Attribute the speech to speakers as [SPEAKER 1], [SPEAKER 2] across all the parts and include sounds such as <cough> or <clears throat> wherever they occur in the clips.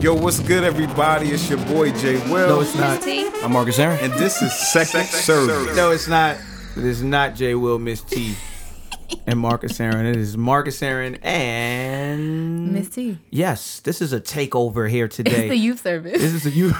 [SPEAKER 1] Yo, what's good, everybody? It's your boy Jay Will,
[SPEAKER 2] No, it's not.
[SPEAKER 3] I'm Marcus Aaron.
[SPEAKER 1] and this is Sex, Service.
[SPEAKER 2] No, it's not. It is not J. Will, Miss
[SPEAKER 4] <laughs>
[SPEAKER 2] T, and Marcus Aaron. It is Marcus Aaron and
[SPEAKER 4] Miss T.
[SPEAKER 2] Yes, this is a takeover here
[SPEAKER 4] <laughs> It's
[SPEAKER 2] today.
[SPEAKER 4] the youth service.
[SPEAKER 2] this is a
[SPEAKER 4] <laughs>
[SPEAKER 2] you.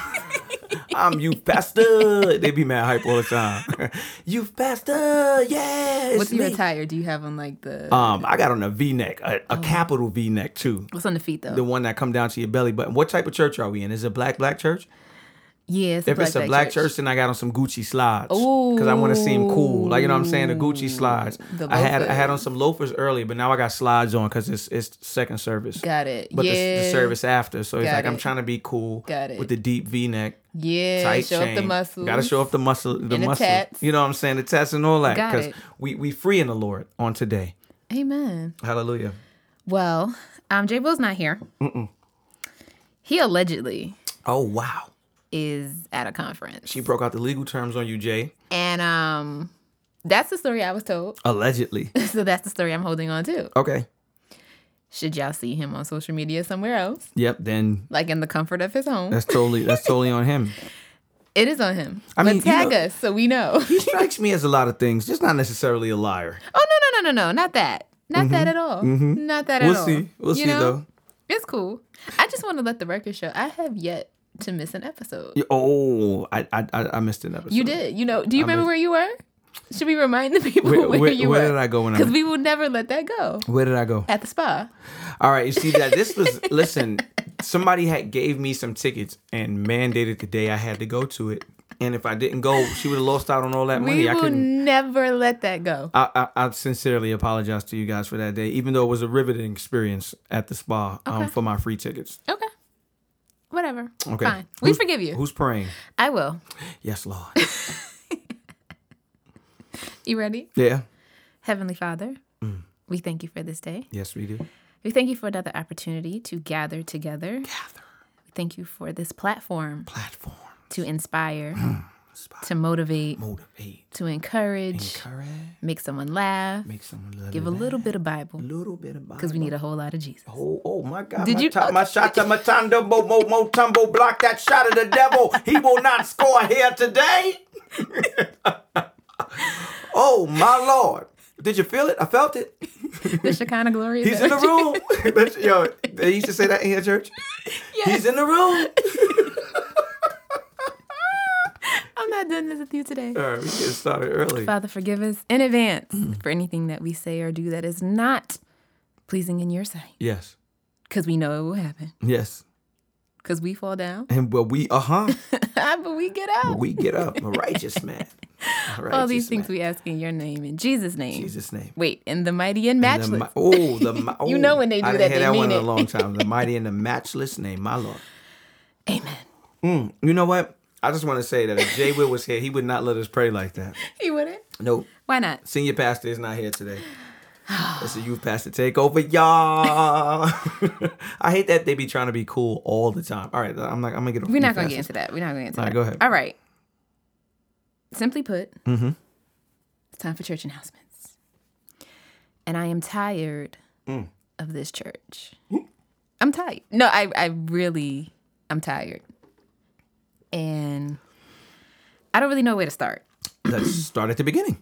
[SPEAKER 2] I'm you faster. They be mad hype all the time. <laughs> you faster, yeah. It's
[SPEAKER 4] What's
[SPEAKER 2] me.
[SPEAKER 4] your attire? Do you have on like the
[SPEAKER 2] Um, I got on a V-neck, a,
[SPEAKER 4] Oh.
[SPEAKER 2] a capital V-neck too.
[SPEAKER 4] what's on the feet though?
[SPEAKER 2] The one that come down to your belly button. What type of church are we in? Is it black black church?
[SPEAKER 4] yeah, it's
[SPEAKER 2] If it's a black church, then I got on some Gucci slides because I want to seem cool. Like you know what I'm saying, the Gucci slides.
[SPEAKER 4] The
[SPEAKER 2] I had I had on some loafers earlier, but now I got slides on because it's it's second service.
[SPEAKER 4] Got it.
[SPEAKER 2] But the- the,
[SPEAKER 4] Yeah.
[SPEAKER 2] service after, so it's
[SPEAKER 4] Got
[SPEAKER 2] like I'm
[SPEAKER 4] it.
[SPEAKER 2] trying to be cool.
[SPEAKER 4] Got it.
[SPEAKER 2] With the deep V-neck,
[SPEAKER 4] yeah,
[SPEAKER 2] tight
[SPEAKER 4] show
[SPEAKER 2] chain.
[SPEAKER 4] up the muscles.
[SPEAKER 2] Got to show up the muscle, the
[SPEAKER 4] And the
[SPEAKER 2] muscle.
[SPEAKER 4] tats.
[SPEAKER 2] You know what I'm saying, the tats and all that.
[SPEAKER 4] Got it.
[SPEAKER 2] we we free in the Lord on today.
[SPEAKER 4] Amen.
[SPEAKER 2] Hallelujah.
[SPEAKER 4] Well, um, J. Will's not here. He allegedly
[SPEAKER 2] Oh wow,
[SPEAKER 4] is at a conference,
[SPEAKER 2] she broke out the legal terms on you, Jay.
[SPEAKER 4] and um, that's the story I was told. <laughs>
[SPEAKER 2] Allegedly.
[SPEAKER 4] so that's the story I'm holding on to.
[SPEAKER 2] okay.
[SPEAKER 4] Should y'all see him on social media somewhere else,
[SPEAKER 2] Yep. Then
[SPEAKER 4] like in the comfort of his home,
[SPEAKER 2] that's totally that's totally on him.
[SPEAKER 4] it is on him.
[SPEAKER 2] I
[SPEAKER 4] I
[SPEAKER 2] mean,
[SPEAKER 4] mean,
[SPEAKER 2] you
[SPEAKER 4] but tag
[SPEAKER 2] know-
[SPEAKER 4] us so we know.
[SPEAKER 2] He strikes me as a lot of things, just not necessarily a liar.
[SPEAKER 4] Oh no no no no no! Not that. Not that
[SPEAKER 2] Mm-hmm.
[SPEAKER 4] at all. Not that
[SPEAKER 2] We'll
[SPEAKER 4] at all.
[SPEAKER 2] see. We'll
[SPEAKER 4] You
[SPEAKER 2] see
[SPEAKER 4] know?
[SPEAKER 2] though.
[SPEAKER 4] It's cool. I just want to let the record show. I have yet to miss an episode.
[SPEAKER 2] Yeah, Oh, I I I I missed an episode.
[SPEAKER 4] You did. You know. Do you remember where you were? Should we remind the people
[SPEAKER 2] Where-
[SPEAKER 4] <laughs> where,
[SPEAKER 2] where-
[SPEAKER 4] you
[SPEAKER 2] where
[SPEAKER 4] were?
[SPEAKER 2] did I go when I-
[SPEAKER 4] Because we will never let that go.
[SPEAKER 2] Where did I go?
[SPEAKER 4] At the spa.
[SPEAKER 2] All right, you see that this
[SPEAKER 4] <laughs>
[SPEAKER 2] was listen. Somebody had gave me some tickets and mandated the day I had to go to it. And if I didn't go, she would have lost out on all that money.
[SPEAKER 4] we
[SPEAKER 2] I
[SPEAKER 4] will
[SPEAKER 2] couldn't.
[SPEAKER 4] never let that go.
[SPEAKER 2] I, I, I sincerely apologize to you guys for that day, even though it was a riveting experience at the spa um, for my free tickets.
[SPEAKER 4] Okay. Whatever.
[SPEAKER 2] Okay.
[SPEAKER 4] Fine. We
[SPEAKER 2] Who's-
[SPEAKER 4] forgive you.
[SPEAKER 2] Who's praying?
[SPEAKER 4] I will.
[SPEAKER 2] Yes, Lord. <laughs>
[SPEAKER 4] You ready?
[SPEAKER 2] Yeah.
[SPEAKER 4] Heavenly Father,
[SPEAKER 2] Mm.
[SPEAKER 4] we thank you for this day.
[SPEAKER 2] Yes, we do.
[SPEAKER 4] We thank you for another opportunity to gather together. Gather. Thank you for this platform
[SPEAKER 2] Platform.
[SPEAKER 4] to inspire,
[SPEAKER 2] <clears throat>
[SPEAKER 4] to motivate,
[SPEAKER 2] Motivate.
[SPEAKER 4] to encourage,
[SPEAKER 2] Correct.
[SPEAKER 4] make someone laugh,
[SPEAKER 2] Make someone love
[SPEAKER 4] give a little bit of Bible
[SPEAKER 2] little bit of
[SPEAKER 4] because we need a whole lot of Jesus.
[SPEAKER 2] Oh, oh my God!
[SPEAKER 4] Did
[SPEAKER 2] my
[SPEAKER 4] you-
[SPEAKER 2] top, my shot to Matando, mo mo mo tumbo, block that shot of the devil. He will not score here today. <laughs> oh my Lord! Did you feel it? I felt it.
[SPEAKER 4] The Shekinah glory. is
[SPEAKER 2] He's in the
[SPEAKER 4] over you. <laughs>
[SPEAKER 2] room. That's- Yo, they used to say that in your church. He's in the
[SPEAKER 4] <laughs>
[SPEAKER 2] room.
[SPEAKER 4] I'm not doing this with you today.
[SPEAKER 2] All right, we get started early.
[SPEAKER 4] Father, forgive us in advance
[SPEAKER 2] Mm.
[SPEAKER 4] for anything that we say or do that is not pleasing in your sight
[SPEAKER 2] Yes,
[SPEAKER 4] because we know it will happen
[SPEAKER 2] yes,
[SPEAKER 4] because we fall down, <laughs>
[SPEAKER 2] and well, we uh huh,
[SPEAKER 4] but we get up.
[SPEAKER 2] we get up, a righteous man. A righteous
[SPEAKER 4] All these things
[SPEAKER 2] man.
[SPEAKER 4] we ask in your name, in Jesus' name.
[SPEAKER 2] Jesus' name.
[SPEAKER 4] Wait, in the mighty and
[SPEAKER 2] The
[SPEAKER 4] matchless.
[SPEAKER 2] mi- oh, the mi- oh,
[SPEAKER 4] <laughs> You know when they do
[SPEAKER 2] I done
[SPEAKER 4] that,
[SPEAKER 2] had
[SPEAKER 4] they
[SPEAKER 2] that one in
[SPEAKER 4] mean
[SPEAKER 2] a
[SPEAKER 4] it.
[SPEAKER 2] long time. The mighty and the matchless name, my lord.
[SPEAKER 4] Amen.
[SPEAKER 2] You know what? I just want to say that if Jay Will was here, he would not let us pray like that.
[SPEAKER 4] He wouldn't.
[SPEAKER 2] Nope.
[SPEAKER 4] Why not?
[SPEAKER 2] Senior pastor is not here today. It's a youth pastor takeover, y'all. <laughs> I hate that they be trying to be cool all the time. All right, I'm like, I'm gonna get. off
[SPEAKER 4] We're
[SPEAKER 2] youth
[SPEAKER 4] not going to get
[SPEAKER 2] pastors.
[SPEAKER 4] into that. We're not going to get into
[SPEAKER 2] All right,
[SPEAKER 4] that.
[SPEAKER 2] go ahead. Mm-hmm.
[SPEAKER 4] All right. Simply put, it's time for church announcements. And I am tired
[SPEAKER 2] Mm.
[SPEAKER 4] of this church. I'm tired. No, I, I really, I'm tired. And I don't really know where to start.
[SPEAKER 2] Let's start at the beginning.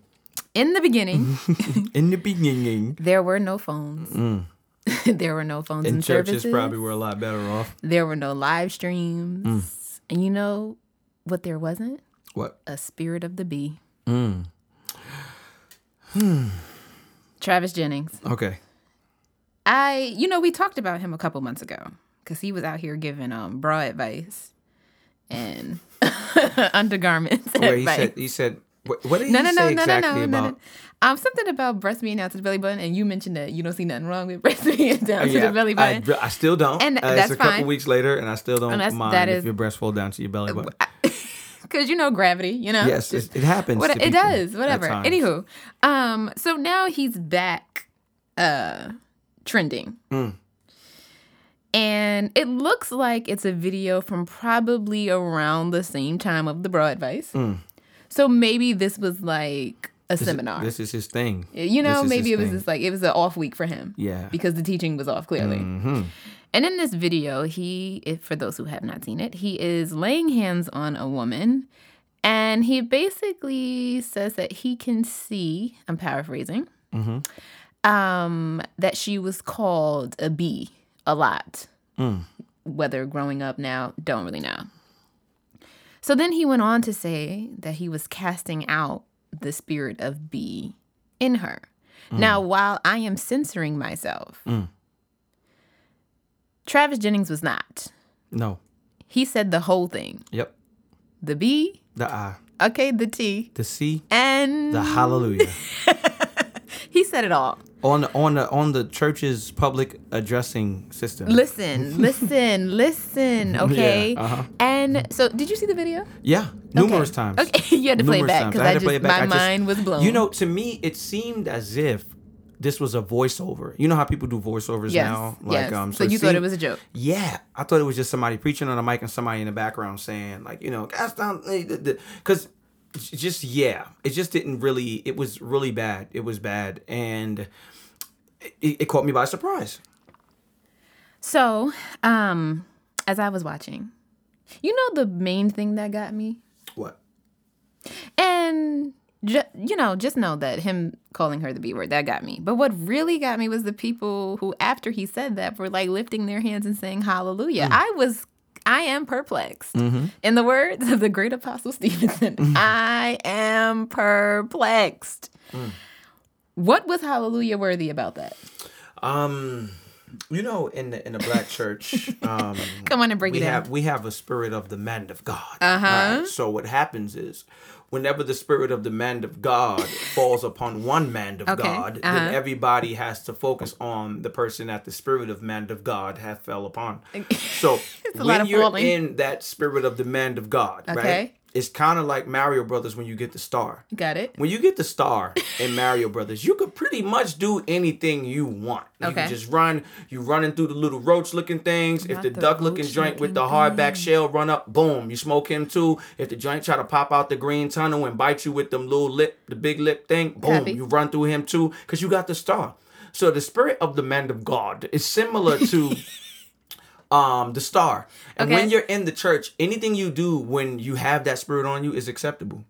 [SPEAKER 4] In the beginning,
[SPEAKER 2] Mm-hmm. In the
[SPEAKER 4] <laughs>
[SPEAKER 2] beginning,
[SPEAKER 4] there were no phones. <laughs> there were no phones in,
[SPEAKER 2] and Mm. churches
[SPEAKER 4] services.
[SPEAKER 2] probably were a lot better off.
[SPEAKER 4] There were no live streams.
[SPEAKER 2] Mm.
[SPEAKER 4] And you know what there wasn't?
[SPEAKER 2] What?
[SPEAKER 4] A spirit of the bee.
[SPEAKER 2] Mm. <sighs>
[SPEAKER 4] Travis Jennings. <laughs>
[SPEAKER 2] Okay.
[SPEAKER 4] I, you know, we talked about him a couple months ago because he was out here giving um bra advice and <laughs> undergarments
[SPEAKER 2] Where he
[SPEAKER 4] advice.
[SPEAKER 2] said, he said, what, what did
[SPEAKER 4] no,
[SPEAKER 2] he
[SPEAKER 4] no,
[SPEAKER 2] say
[SPEAKER 4] no, no, no,
[SPEAKER 2] exactly
[SPEAKER 4] no, no,
[SPEAKER 2] about?
[SPEAKER 4] no. Um, something about breast being out to the belly button, and you mentioned that you don't see nothing wrong with breast <laughs> being down to the belly
[SPEAKER 2] I,
[SPEAKER 4] button.
[SPEAKER 2] I still don't.
[SPEAKER 4] And
[SPEAKER 2] Uh,
[SPEAKER 4] that's
[SPEAKER 2] it's a couple
[SPEAKER 4] fine.
[SPEAKER 2] weeks later, and I still don't
[SPEAKER 4] And that's-
[SPEAKER 2] mind
[SPEAKER 4] that
[SPEAKER 2] if
[SPEAKER 4] is- Uh,
[SPEAKER 2] your breast fall down to your belly button.
[SPEAKER 4] Because you know gravity, you know.
[SPEAKER 2] yes, it, it happens.
[SPEAKER 4] What,
[SPEAKER 2] to
[SPEAKER 4] it
[SPEAKER 2] people
[SPEAKER 4] does,
[SPEAKER 2] at
[SPEAKER 4] whatever.
[SPEAKER 2] times.
[SPEAKER 4] Anywho, um, so now he's back, uh, trending,
[SPEAKER 2] Hmm.
[SPEAKER 4] and it looks like it's a video from probably around the same time of the bra advice. So maybe this was like a seminar.
[SPEAKER 2] Hmm. this is his thing.
[SPEAKER 4] you know,
[SPEAKER 2] this is
[SPEAKER 4] maybe
[SPEAKER 2] his
[SPEAKER 4] it was
[SPEAKER 2] thing.
[SPEAKER 4] just like it was an off week for him.
[SPEAKER 2] Yeah.
[SPEAKER 4] because the teaching was off clearly. And in this video, he, if, for those who have not seen it, he is laying hands on a woman. And he basically says that he can see, I'm paraphrasing, um, that she was called a bee a lot. Whether growing up now, don't really know. So then he went on to say that he was casting out the spirit of bee in her.
[SPEAKER 2] Mm.
[SPEAKER 4] Now, while I am censoring myself, Travis Jennings was not.
[SPEAKER 2] No.
[SPEAKER 4] He said the whole thing
[SPEAKER 2] Yep.
[SPEAKER 4] the B,
[SPEAKER 2] The I.
[SPEAKER 4] okay, the T,
[SPEAKER 2] The C.
[SPEAKER 4] and
[SPEAKER 2] The
[SPEAKER 4] <laughs>
[SPEAKER 2] Hallelujah.
[SPEAKER 4] he said it all.
[SPEAKER 2] on the on the on the church's public addressing system. <laughs>
[SPEAKER 4] Listen, listen, listen, okay?
[SPEAKER 2] uh-huh.
[SPEAKER 4] And so, did you see the video?
[SPEAKER 2] Yeah, numerous times.
[SPEAKER 4] Okay, <laughs> you had to play it
[SPEAKER 2] Numerous
[SPEAKER 4] back,
[SPEAKER 2] times.
[SPEAKER 4] 'cause
[SPEAKER 2] had
[SPEAKER 4] I
[SPEAKER 2] to play
[SPEAKER 4] just-
[SPEAKER 2] it back.
[SPEAKER 4] my
[SPEAKER 2] I
[SPEAKER 4] mind was blown.
[SPEAKER 2] You know, to me, it seemed as if this was a voiceover. You know how people do voiceovers
[SPEAKER 4] Yes.
[SPEAKER 2] now, um,
[SPEAKER 4] yes. so,
[SPEAKER 2] it
[SPEAKER 4] you thought it
[SPEAKER 2] seemed-
[SPEAKER 4] was a joke.
[SPEAKER 2] Yeah, I thought it was just somebody preaching on a mic and somebody in the background saying like, you know, eh, that's not because just yeah, it just didn't really. It was really bad. It was bad, and it, it caught me by surprise.
[SPEAKER 4] So, um, as I was watching, you know the main thing that got me?
[SPEAKER 2] What?
[SPEAKER 4] And ju- you know, just know that him calling her the B word that got me. But what really got me was the people who, after he said that, were like lifting their hands and saying Hallelujah.
[SPEAKER 2] Mm.
[SPEAKER 4] I was, I am perplexed.
[SPEAKER 2] Mm-hmm.
[SPEAKER 4] In the words of the great
[SPEAKER 2] <laughs>
[SPEAKER 4] apostle Stevenson,
[SPEAKER 2] Mm.
[SPEAKER 4] I am perplexed.
[SPEAKER 2] Mm.
[SPEAKER 4] What was Hallelujah worthy about that?
[SPEAKER 2] Um, you know, in the in the black church, um,
[SPEAKER 4] Come on and break
[SPEAKER 2] we
[SPEAKER 4] it down.
[SPEAKER 2] have we have a spirit of the man of God. Uh-huh. So what happens is whenever the spirit of the man of God falls upon one man of
[SPEAKER 4] Okay,
[SPEAKER 2] God,
[SPEAKER 4] uh-huh.
[SPEAKER 2] then everybody has to focus on the person that the spirit of man of God hath fell
[SPEAKER 4] <laughs>
[SPEAKER 2] upon. So
[SPEAKER 4] a
[SPEAKER 2] when
[SPEAKER 4] lot of
[SPEAKER 2] you're
[SPEAKER 4] falling.
[SPEAKER 2] in that spirit of the man of God, right?
[SPEAKER 4] Okay.
[SPEAKER 2] It's kind of like Mario Brothers when you get the star.
[SPEAKER 4] Got it.
[SPEAKER 2] When you get the star in Mario Brothers, you could pretty much do anything you want. You
[SPEAKER 4] Okay.
[SPEAKER 2] can just run. You running through the little roach looking things. if
[SPEAKER 4] Not
[SPEAKER 2] the,
[SPEAKER 4] the
[SPEAKER 2] duck looking
[SPEAKER 4] roach
[SPEAKER 2] joint with the
[SPEAKER 4] looking
[SPEAKER 2] hardback shell run up, boom, you smoke him too. If the joint try to pop out the green tunnel and bite you with them little lip, the big lip thing, boom,
[SPEAKER 4] Copy.
[SPEAKER 2] you run through him too, because you got the star. So the spirit of the man of God is similar
[SPEAKER 4] <laughs>
[SPEAKER 2] to um the star. And
[SPEAKER 4] Okay.
[SPEAKER 2] when you're in the church, anything you do when you have that spirit on you is acceptable.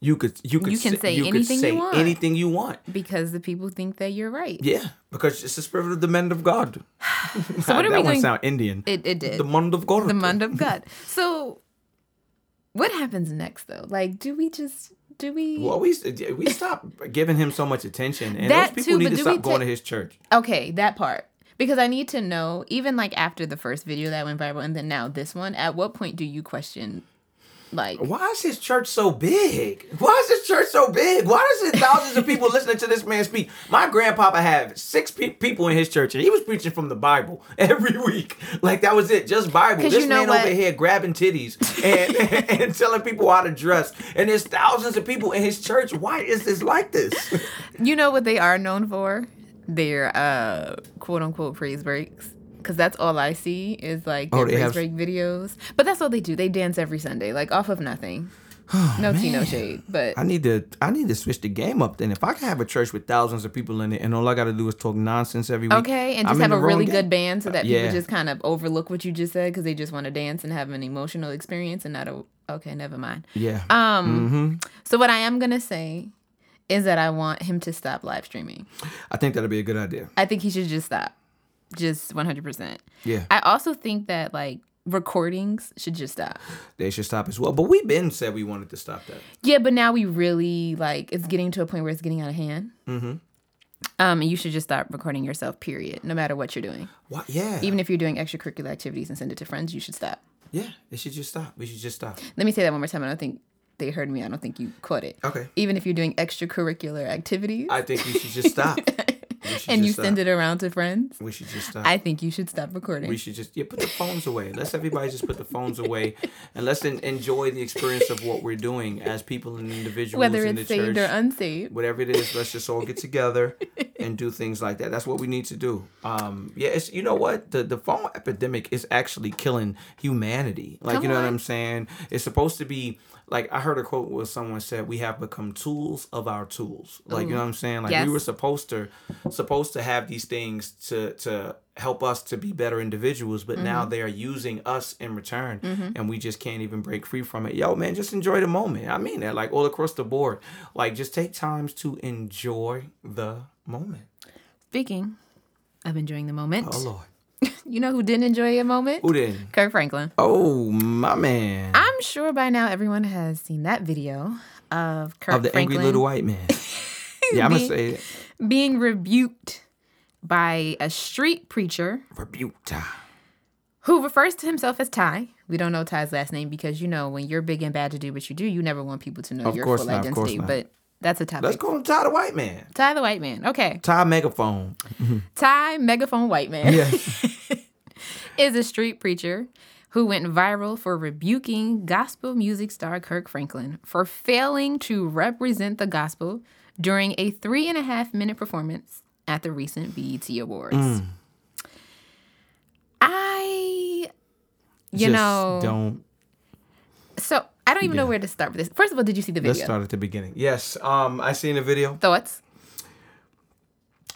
[SPEAKER 2] You could you could
[SPEAKER 4] You can say anything you want.
[SPEAKER 2] anything you want.
[SPEAKER 4] Because the people think that you're right.
[SPEAKER 2] Yeah, because it's the spirit of the man of God.
[SPEAKER 4] So what
[SPEAKER 2] <laughs> that
[SPEAKER 4] are we
[SPEAKER 2] one
[SPEAKER 4] going?
[SPEAKER 2] sound Indian.
[SPEAKER 4] it it did.
[SPEAKER 2] the man of God.
[SPEAKER 4] the mind
[SPEAKER 2] <laughs>
[SPEAKER 4] of God. So, what happens next though? Like, do we just do we?
[SPEAKER 2] well, we we stop giving him so much attention, and
[SPEAKER 4] That
[SPEAKER 2] those
[SPEAKER 4] too,
[SPEAKER 2] people need
[SPEAKER 4] but
[SPEAKER 2] to
[SPEAKER 4] do
[SPEAKER 2] stop
[SPEAKER 4] we
[SPEAKER 2] going
[SPEAKER 4] ta-
[SPEAKER 2] to his church.
[SPEAKER 4] Okay, that part because I need to know even like after the first video that went viral and then now this one. At what point do you question? Like,
[SPEAKER 2] Why is his church so big? Why is his church so big? Why is it thousands of people listening to this man speak? My grandpapa had six pe- people in his church, and he was preaching from the Bible <laughs> every week. Like that was it, just Bible.
[SPEAKER 4] 'Cause
[SPEAKER 2] This
[SPEAKER 4] you know
[SPEAKER 2] man
[SPEAKER 4] what?
[SPEAKER 2] over here grabbing titties and, <laughs> and telling people how to dress, and there's thousands of people in his church. Why is this like this?
[SPEAKER 4] you know what they are known for? Their uh, quote unquote praise breaks. Cause that's all I see is like their
[SPEAKER 2] Oh, they
[SPEAKER 4] praise
[SPEAKER 2] have-
[SPEAKER 4] break videos. But that's all they do. They dance every Sunday, like off
[SPEAKER 2] <sighs>
[SPEAKER 4] of nothing. no tea, no shade. But
[SPEAKER 2] <laughs> Oh, I need to I need to switch the game up. Then if I can have a church with thousands of people in it, and all I got to do is talk nonsense every week,
[SPEAKER 4] Okay, and
[SPEAKER 2] I'm
[SPEAKER 4] just
[SPEAKER 2] in
[SPEAKER 4] have
[SPEAKER 2] the
[SPEAKER 4] a
[SPEAKER 2] wrong
[SPEAKER 4] really
[SPEAKER 2] game.
[SPEAKER 4] good band so that people
[SPEAKER 2] yeah.
[SPEAKER 4] just kind of overlook what you just said because they just want to dance and have an emotional experience and not a. Okay, never mind.
[SPEAKER 2] Yeah.
[SPEAKER 4] Um,
[SPEAKER 2] Mm-hmm.
[SPEAKER 4] so what I am gonna say is that I want him to stop live streaming.
[SPEAKER 2] I think that'd be a good idea.
[SPEAKER 4] I think he should just stop, just one hundred percent.
[SPEAKER 2] Yeah.
[SPEAKER 4] I also think that like recordings should just stop.
[SPEAKER 2] they should stop as well. But we've been said we wanted to stop that.
[SPEAKER 4] Yeah, but now we really like it's getting to a point where it's getting out of hand. Mm-hmm. Um, and you should just stop recording yourself. Period. No matter what you're doing,
[SPEAKER 2] What? Yeah.
[SPEAKER 4] even if you're doing extracurricular activities and send it to friends, you should stop.
[SPEAKER 2] yeah. It should just stop. We should just stop.
[SPEAKER 4] Let me say that one more time. I don't think they heard me. I don't think you caught it. <laughs>
[SPEAKER 2] Okay.
[SPEAKER 4] Even if you're doing extracurricular activities
[SPEAKER 2] I think we should just stop. We should just
[SPEAKER 4] and
[SPEAKER 2] uh,
[SPEAKER 4] you
[SPEAKER 2] stop.
[SPEAKER 4] send it around to friends,
[SPEAKER 2] We should just stop.
[SPEAKER 4] I think you should stop recording.
[SPEAKER 2] we should just yeah put the phones away. Let's everybody just put the phones away and let's en- enjoy the experience of what we're doing as people and individuals
[SPEAKER 4] Whether
[SPEAKER 2] in
[SPEAKER 4] it's
[SPEAKER 2] the
[SPEAKER 4] saved
[SPEAKER 2] church.
[SPEAKER 4] or unsaved.
[SPEAKER 2] Whatever it is, let's just all get together and do things like that. That's what we need to do. Um, yeah, it's you know what the the phone epidemic is actually killing humanity. Like
[SPEAKER 4] Come
[SPEAKER 2] you know what
[SPEAKER 4] on.
[SPEAKER 2] I'm saying? It's supposed to be like I heard a quote where someone said we have become tools of our tools. Like you know what I'm saying? Like
[SPEAKER 4] Yes.
[SPEAKER 2] we were supposed to supposed to have these things to to help us to be better individuals, but now they are using us in return, and we just can't even break free from it. Yo, man, just enjoy the moment. I mean that, like all across the board. Like just take times to enjoy the moment.
[SPEAKER 4] Speaking of enjoying the moment,
[SPEAKER 2] Oh Lord,
[SPEAKER 4] you know who didn't enjoy a moment?
[SPEAKER 2] who didn't?
[SPEAKER 4] Kirk Franklin.
[SPEAKER 2] Oh my man,
[SPEAKER 4] I'm sure by now everyone has seen that video of Kirk
[SPEAKER 2] of the angry
[SPEAKER 4] Franklin
[SPEAKER 2] little white man. yeah, I'm gonna say it.
[SPEAKER 4] being rebuked by a street preacher
[SPEAKER 2] rebuked.
[SPEAKER 4] who refers to himself as Ty. We don't know Ty's last name because you know when you're big and bad to do what you do, you never want people to know
[SPEAKER 2] Of
[SPEAKER 4] your
[SPEAKER 2] course
[SPEAKER 4] full
[SPEAKER 2] not, of course
[SPEAKER 4] identity.
[SPEAKER 2] not.
[SPEAKER 4] But that's a topic.
[SPEAKER 2] Let's call him Ty the White Man.
[SPEAKER 4] Ty the white man. Okay.
[SPEAKER 2] Ty Megaphone.
[SPEAKER 4] Ty Megaphone White Man
[SPEAKER 2] Yeah.
[SPEAKER 4] <laughs> is a street preacher who went viral for rebuking gospel music star Kirk Franklin for failing to represent the gospel during a three and a half minute performance at the recent BET Awards.
[SPEAKER 2] Mm.
[SPEAKER 4] I, you
[SPEAKER 2] Just
[SPEAKER 4] know,
[SPEAKER 2] don't.
[SPEAKER 4] so I don't even know where to start with this. First of all, did you see the
[SPEAKER 2] Let's
[SPEAKER 4] video?
[SPEAKER 2] start at the beginning. Yes. Um, I seen the video.
[SPEAKER 4] Thoughts?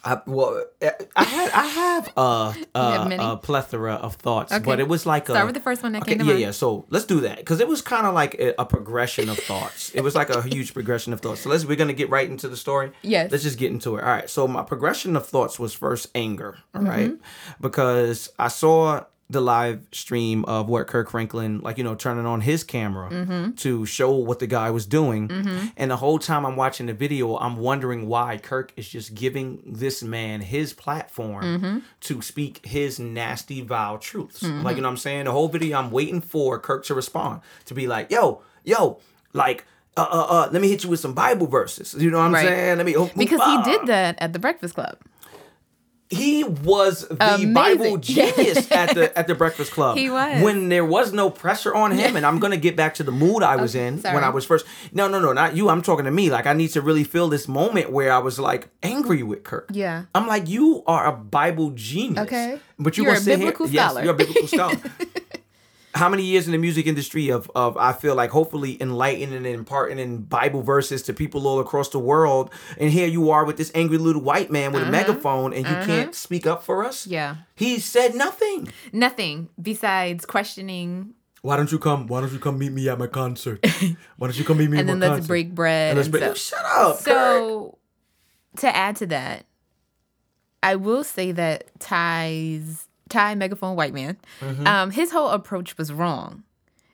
[SPEAKER 2] I, well, eh, I had I have
[SPEAKER 4] <laughs>
[SPEAKER 2] a,
[SPEAKER 4] have
[SPEAKER 2] a,
[SPEAKER 4] many?
[SPEAKER 2] a plethora of thoughts, but it was like a,
[SPEAKER 4] Start with the first one that
[SPEAKER 2] okay,
[SPEAKER 4] came to
[SPEAKER 2] yeah,
[SPEAKER 4] mind.
[SPEAKER 2] yeah. So let's do that because it was kind of like a, a progression of thoughts. it was like a huge progression of thoughts. So let's we're gonna get right into the story.
[SPEAKER 4] Yes.
[SPEAKER 2] Let's just get into it. All right. So my progression of thoughts was first anger. all right, because I saw the live stream of what Kirk Franklin, like you know, turning on his camera to show what the guy was doing, and the whole time I'm watching the video, I'm wondering why Kirk is just giving this man his platform to speak his nasty, vile truths. Like you know, what I'm saying the whole video, I'm waiting for Kirk to respond to be like, "Yo, yo, like." Uh, uh, uh, let me hit you with some Bible verses. You know what I'm
[SPEAKER 4] Right.
[SPEAKER 2] saying? Let me oh,
[SPEAKER 4] Because
[SPEAKER 2] ah
[SPEAKER 4] he did that at the Breakfast Club.
[SPEAKER 2] he was the
[SPEAKER 4] Amazing. <laughs>
[SPEAKER 2] Bible
[SPEAKER 4] Yes.
[SPEAKER 2] genius at the at the Breakfast Club.
[SPEAKER 4] He was.
[SPEAKER 2] when there was no pressure on him, and I'm gonna get back to the mood I was in
[SPEAKER 4] sorry.
[SPEAKER 2] when I was first. No, no, no, not you. I'm talking to me. Like I need to really feel this moment where I was like angry with Kirk.
[SPEAKER 4] Yeah.
[SPEAKER 2] I'm like, you are a Bible genius.
[SPEAKER 4] Okay.
[SPEAKER 2] but you
[SPEAKER 4] You're
[SPEAKER 2] gonna
[SPEAKER 4] a
[SPEAKER 2] sit here-
[SPEAKER 4] biblical
[SPEAKER 2] yes,
[SPEAKER 4] scholar.
[SPEAKER 2] you're a
[SPEAKER 4] <laughs>
[SPEAKER 2] biblical scholar how many years in the music industry of of I feel like hopefully enlightening and imparting Bible verses to people all across the world, and here you are with this angry little white man with a megaphone, and you can't speak up for us.
[SPEAKER 4] Mm-hmm. Yeah.
[SPEAKER 2] he said nothing.
[SPEAKER 4] Nothing besides questioning
[SPEAKER 2] Why don't you come? Why don't you come meet me at my
[SPEAKER 4] <laughs>
[SPEAKER 2] concert? Why don't you come meet me?
[SPEAKER 4] and
[SPEAKER 2] at
[SPEAKER 4] then
[SPEAKER 2] my
[SPEAKER 4] let's
[SPEAKER 2] concert?
[SPEAKER 4] break
[SPEAKER 2] And
[SPEAKER 4] bread.
[SPEAKER 2] let's
[SPEAKER 4] and
[SPEAKER 2] break. Yo,
[SPEAKER 4] stuff.
[SPEAKER 2] shut up. Kirk.
[SPEAKER 4] So, to add to that, I will say that Ty's Ty megaphone white man,
[SPEAKER 2] Mm-hmm.
[SPEAKER 4] um, his whole approach was wrong.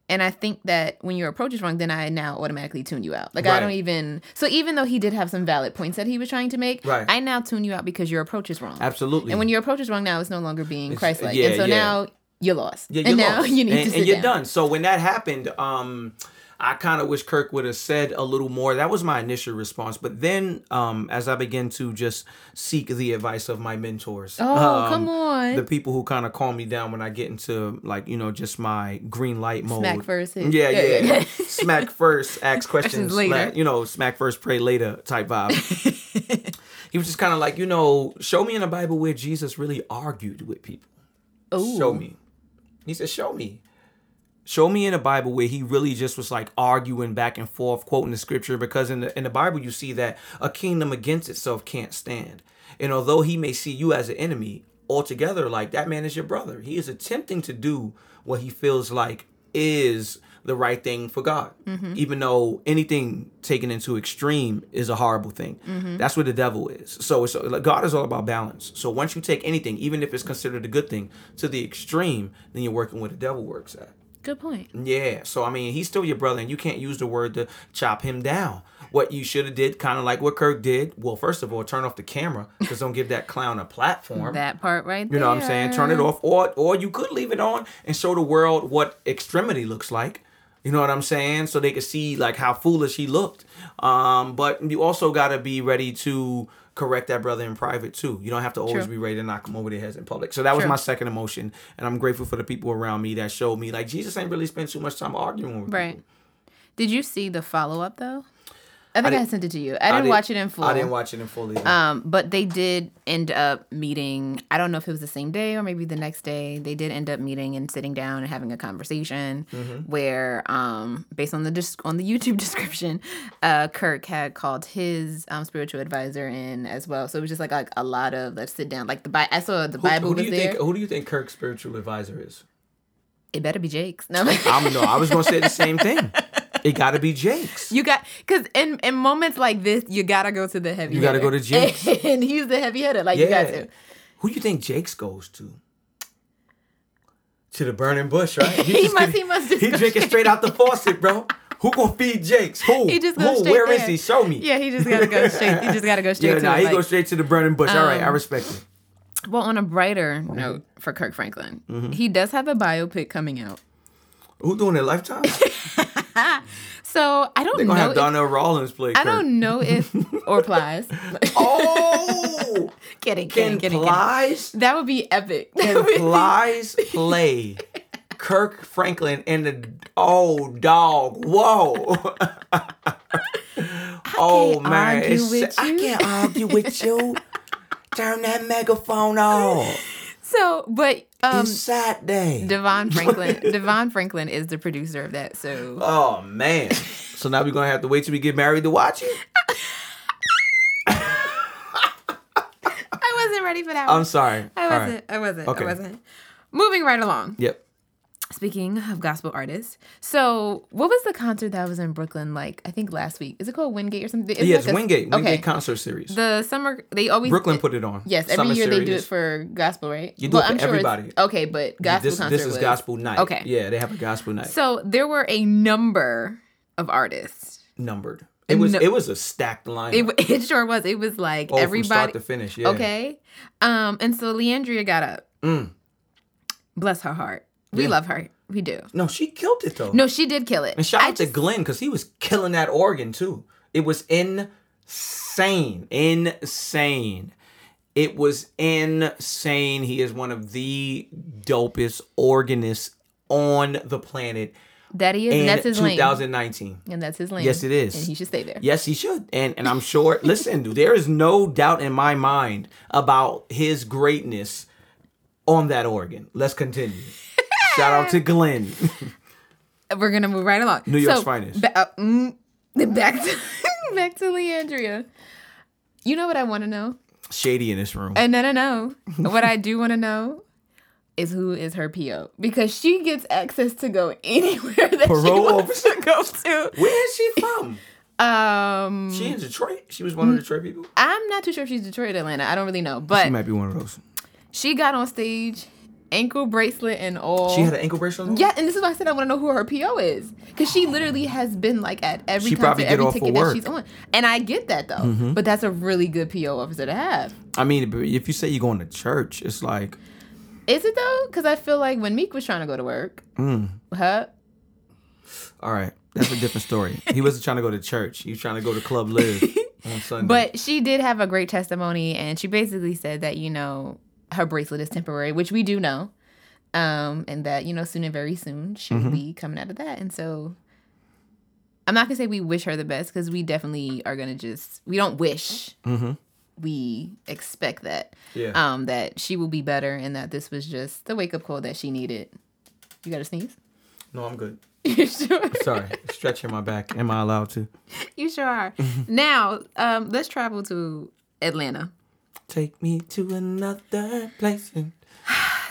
[SPEAKER 4] And I think that when your approach is wrong, then I now automatically tune you out. Like I
[SPEAKER 2] Right.
[SPEAKER 4] don't even. So even though he did have some valid points that he was trying to make,
[SPEAKER 2] Right.
[SPEAKER 4] I now tune you out because your approach is wrong.
[SPEAKER 2] absolutely.
[SPEAKER 4] And when your approach is wrong, now it's no longer being Christ-like.
[SPEAKER 2] Mm. yeah,
[SPEAKER 4] and so
[SPEAKER 2] yeah.
[SPEAKER 4] now you're lost.
[SPEAKER 2] Yeah,
[SPEAKER 4] and
[SPEAKER 2] you're
[SPEAKER 4] now
[SPEAKER 2] lost.
[SPEAKER 4] <laughs> you need
[SPEAKER 2] and,
[SPEAKER 4] to sit
[SPEAKER 2] and you're
[SPEAKER 4] down.
[SPEAKER 2] done. So when that happened, um, I kind of wish Kirk would have said a little more. That was my initial response. But then, um, as I began to just seek the advice of my mentors,
[SPEAKER 4] Oh,
[SPEAKER 2] um,
[SPEAKER 4] come on.
[SPEAKER 2] the people who kind of calm me down when I get into like you know just my green light mode.
[SPEAKER 4] Smack first, hit-
[SPEAKER 2] Yeah,
[SPEAKER 4] yeah,
[SPEAKER 2] yeah.
[SPEAKER 4] yeah, yeah.
[SPEAKER 2] <laughs> smack first, ask questions
[SPEAKER 4] Questions later.
[SPEAKER 2] la- you know, smack first, pray later type vibe.
[SPEAKER 4] <laughs>
[SPEAKER 2] he was just kind of like you know, show me in the Bible where Jesus really argued with people.
[SPEAKER 4] Ooh.
[SPEAKER 2] Show me. He said, Show me. Show me in the Bible where he really just was like arguing back and forth, quoting the scripture, because in the in the Bible you see that a kingdom against itself can't stand. And although he may see you as an enemy altogether, like that man is your brother. He is attempting to do what he feels like is the right thing for God, even though anything taken into extreme is a horrible thing. That's what the devil is. So, it's like, God is all about balance. So once you take anything, even if it's considered a good thing, to the extreme, then you're working where the devil works at.
[SPEAKER 4] Good point.
[SPEAKER 2] Yeah. So I mean, he's still your brother, and you can't use the word to chop him down. What you should have did, kind of like what Kirk did. Well, first of all, turn off the camera because don't give that clown a platform.
[SPEAKER 4] That part right there.
[SPEAKER 2] You know what I'm saying? Turn it off, or or you could leave it on and show the world what extremity looks like. You know what I'm saying? So they could see like how foolish he looked. Um, but you also gotta be ready to correct that brother in private too. You don't have to always
[SPEAKER 4] True.
[SPEAKER 2] be ready to knock him over their heads in public. So that was
[SPEAKER 4] True.
[SPEAKER 2] my second emotion, and I'm grateful for the people around me that showed me like Jesus ain't really spent too much time arguing with people.
[SPEAKER 4] Right. Did you see the follow up though? I think I,
[SPEAKER 2] didn't-
[SPEAKER 4] sent it to you. I didn't, watch it in full.
[SPEAKER 2] I didn't watch it in full either.
[SPEAKER 4] Um, but they did end up meeting. I don't know if it was the same day or maybe the next day. They did end up meeting and sitting down and having a conversation
[SPEAKER 2] Mm-hmm.
[SPEAKER 4] where, um, based on the dis- on the <laughs> YouTube description, uh, Kirk had called his um, spiritual advisor in as well. So it was just like like a lot of let's sit down. Like the Bi- I saw the
[SPEAKER 2] who,
[SPEAKER 4] Bible
[SPEAKER 2] who do
[SPEAKER 4] was
[SPEAKER 2] you
[SPEAKER 4] there.
[SPEAKER 2] think? Who do you think Kirk's spiritual advisor is?
[SPEAKER 4] it better be Jake's.
[SPEAKER 2] <laughs>
[SPEAKER 4] No.
[SPEAKER 2] I'm no. I was gonna say the same thing. It got to be Jake's.
[SPEAKER 4] You got because in in moments like this, you gotta go to the heavy.
[SPEAKER 2] You gotta
[SPEAKER 4] hitter.
[SPEAKER 2] go to Jake's.
[SPEAKER 4] <laughs> and he's the heavy hitter. Like you got to.
[SPEAKER 2] Who you think Jake's goes to? To the burning
[SPEAKER 4] <laughs>
[SPEAKER 2] bush, right?
[SPEAKER 4] He
[SPEAKER 2] just
[SPEAKER 4] must- he must just
[SPEAKER 2] He
[SPEAKER 4] go
[SPEAKER 2] drinking straight out the faucet, bro. Who gonna feed Jake's? Who?
[SPEAKER 4] He just
[SPEAKER 2] Who?
[SPEAKER 4] goes straight
[SPEAKER 2] Where is
[SPEAKER 4] there.
[SPEAKER 2] he? Show me.
[SPEAKER 4] Yeah, he just gotta go straight. He just gotta go straight
[SPEAKER 2] Yeah,
[SPEAKER 4] to Um,
[SPEAKER 2] nah,
[SPEAKER 4] it,
[SPEAKER 2] he
[SPEAKER 4] like-
[SPEAKER 2] goes straight to the burning bush. All right, I respect it.
[SPEAKER 4] Well, on a brighter note for Kirk Franklin,
[SPEAKER 2] Mm-hmm.
[SPEAKER 4] he does have a biopic coming out.
[SPEAKER 2] Who doing their
[SPEAKER 4] <laughs>
[SPEAKER 2] lifetime?
[SPEAKER 4] So I don't
[SPEAKER 2] They're
[SPEAKER 4] know.
[SPEAKER 2] gonna have
[SPEAKER 4] if-
[SPEAKER 2] Donnell Rollins play.
[SPEAKER 4] I don't know if
[SPEAKER 2] <laughs>
[SPEAKER 4] or plies. <laughs>
[SPEAKER 2] Oh,
[SPEAKER 4] kidding,
[SPEAKER 2] can
[SPEAKER 4] kidding, kidding, kidding.
[SPEAKER 2] Plies
[SPEAKER 4] That would be epic. <laughs> That
[SPEAKER 2] can
[SPEAKER 4] would be-
[SPEAKER 2] Plies play Kirk Franklin and the oh dog?
[SPEAKER 4] <laughs>
[SPEAKER 2] Whoa. oh
[SPEAKER 4] can't
[SPEAKER 2] man,
[SPEAKER 4] argue
[SPEAKER 2] it's-
[SPEAKER 4] with
[SPEAKER 2] I
[SPEAKER 4] you.
[SPEAKER 2] can't argue
[SPEAKER 4] <laughs>
[SPEAKER 2] with you. Turn that megaphone off.
[SPEAKER 4] so, but um,
[SPEAKER 2] it's Saturday. <laughs>
[SPEAKER 4] Devon Franklin, Devon Franklin is the producer of that. So
[SPEAKER 2] oh man. So now we're gonna have to wait till we get married to watch it.
[SPEAKER 4] I wasn't ready for that.
[SPEAKER 2] I'm
[SPEAKER 4] One. <laughs>
[SPEAKER 2] sorry.
[SPEAKER 4] I
[SPEAKER 2] All
[SPEAKER 4] wasn't.
[SPEAKER 2] right.
[SPEAKER 4] I wasn't.
[SPEAKER 2] Okay.
[SPEAKER 4] I wasn't. Moving right along.
[SPEAKER 2] Yep.
[SPEAKER 4] Speaking of gospel artists, so what was the concert that was in Brooklyn like? I think last week. Is it called Wingate or something? It's
[SPEAKER 2] Yeah, it's
[SPEAKER 4] like a-
[SPEAKER 2] Wingate. Wingate
[SPEAKER 4] okay.
[SPEAKER 2] concert series.
[SPEAKER 4] the summer they always
[SPEAKER 2] Brooklyn put it on.
[SPEAKER 4] Yes, every
[SPEAKER 2] Summer
[SPEAKER 4] year they do it
[SPEAKER 2] series.
[SPEAKER 4] for gospel, right?
[SPEAKER 2] You do it for
[SPEAKER 4] it's-
[SPEAKER 2] everybody.
[SPEAKER 4] Okay, but gospel
[SPEAKER 2] this,
[SPEAKER 4] concert
[SPEAKER 2] this is
[SPEAKER 4] was-
[SPEAKER 2] gospel night.
[SPEAKER 4] Okay.
[SPEAKER 2] Yeah, they have a gospel night
[SPEAKER 4] So there were a number of artists.
[SPEAKER 2] numbered. It was
[SPEAKER 4] No-
[SPEAKER 2] it was a stacked lineup.
[SPEAKER 4] It, <laughs> it sure was. It was like
[SPEAKER 2] oh,
[SPEAKER 4] everybody.
[SPEAKER 2] from start to finish. Mm. Yeah.
[SPEAKER 4] Okay. Um, and so Leandria got up. Bless her heart. We love her. We do.
[SPEAKER 2] No, she killed it though.
[SPEAKER 4] No, she did kill it.
[SPEAKER 2] And shout
[SPEAKER 4] I
[SPEAKER 2] out to Glenn because he was killing that organ too. It was insane. Insane. It was insane. He is one of the dopest organists on the planet
[SPEAKER 4] that he is.
[SPEAKER 2] in
[SPEAKER 4] And that's his lane.
[SPEAKER 2] 2019.
[SPEAKER 4] And that's his lane.
[SPEAKER 2] Yes, it is.
[SPEAKER 4] And he should stay there.
[SPEAKER 2] Yes, he should. And and I'm sure listen, dude, there is no doubt in my mind about his greatness on that organ. Let's continue. Shout out to Glenn.
[SPEAKER 4] We're gonna move right along. New
[SPEAKER 2] York's finest.
[SPEAKER 4] Ba- uh, mm, <laughs> back to <laughs> back to Leandria. You know what I want to know?
[SPEAKER 2] <laughs> Shady in this room.
[SPEAKER 4] Uh, no, no, no.
[SPEAKER 2] <laughs>
[SPEAKER 4] what I do want to know is who is her PO because she gets access to go anywhere that she
[SPEAKER 2] Parole
[SPEAKER 4] wants to go to.
[SPEAKER 2] Where is she from?
[SPEAKER 4] Um,
[SPEAKER 2] She in Detroit? She was one of the Detroit people?
[SPEAKER 4] I'm not too sure if she's Detroit, or Atlanta. I don't really know, but
[SPEAKER 2] She might be one of those.
[SPEAKER 4] she got on stage, ankle bracelet and all.
[SPEAKER 2] She had an ankle bracelet on?
[SPEAKER 4] Yeah, and this is why I said I want to know who her PO is, because she literally has been like at every
[SPEAKER 2] She
[SPEAKER 4] concert,
[SPEAKER 2] probably get
[SPEAKER 4] every
[SPEAKER 2] off of
[SPEAKER 4] ticket
[SPEAKER 2] work. Mm-hmm.
[SPEAKER 4] that she's on, and I get that though. But that's a really good PO officer to have.
[SPEAKER 2] I mean, but if you say you're going to church, it's like
[SPEAKER 4] Is it though? Because I feel like when Meek was trying to go to work,
[SPEAKER 2] Mm.
[SPEAKER 4] huh?
[SPEAKER 2] all right, that's a different story. he wasn't trying to go to church. He was trying to go to Club
[SPEAKER 4] <laughs>
[SPEAKER 2] Live on Sunday.
[SPEAKER 4] But she did have a great testimony, and she basically said that you know her bracelet is temporary, which we do know, um, and that you know soon and very soon she'll be coming out of that. And so, I'm not gonna say we wish her the best because we definitely are gonna just we don't wish. We expect that,
[SPEAKER 2] Yeah.
[SPEAKER 4] um, that she will be better, and that this was just the wake up call that she needed. You gotta sneeze. <laughs>
[SPEAKER 2] no, I'm good.
[SPEAKER 4] You sure?
[SPEAKER 2] Sorry, stretching my back. Am I allowed to?
[SPEAKER 4] You sure are. now, um, let's travel to Atlanta.
[SPEAKER 2] Take me to another place.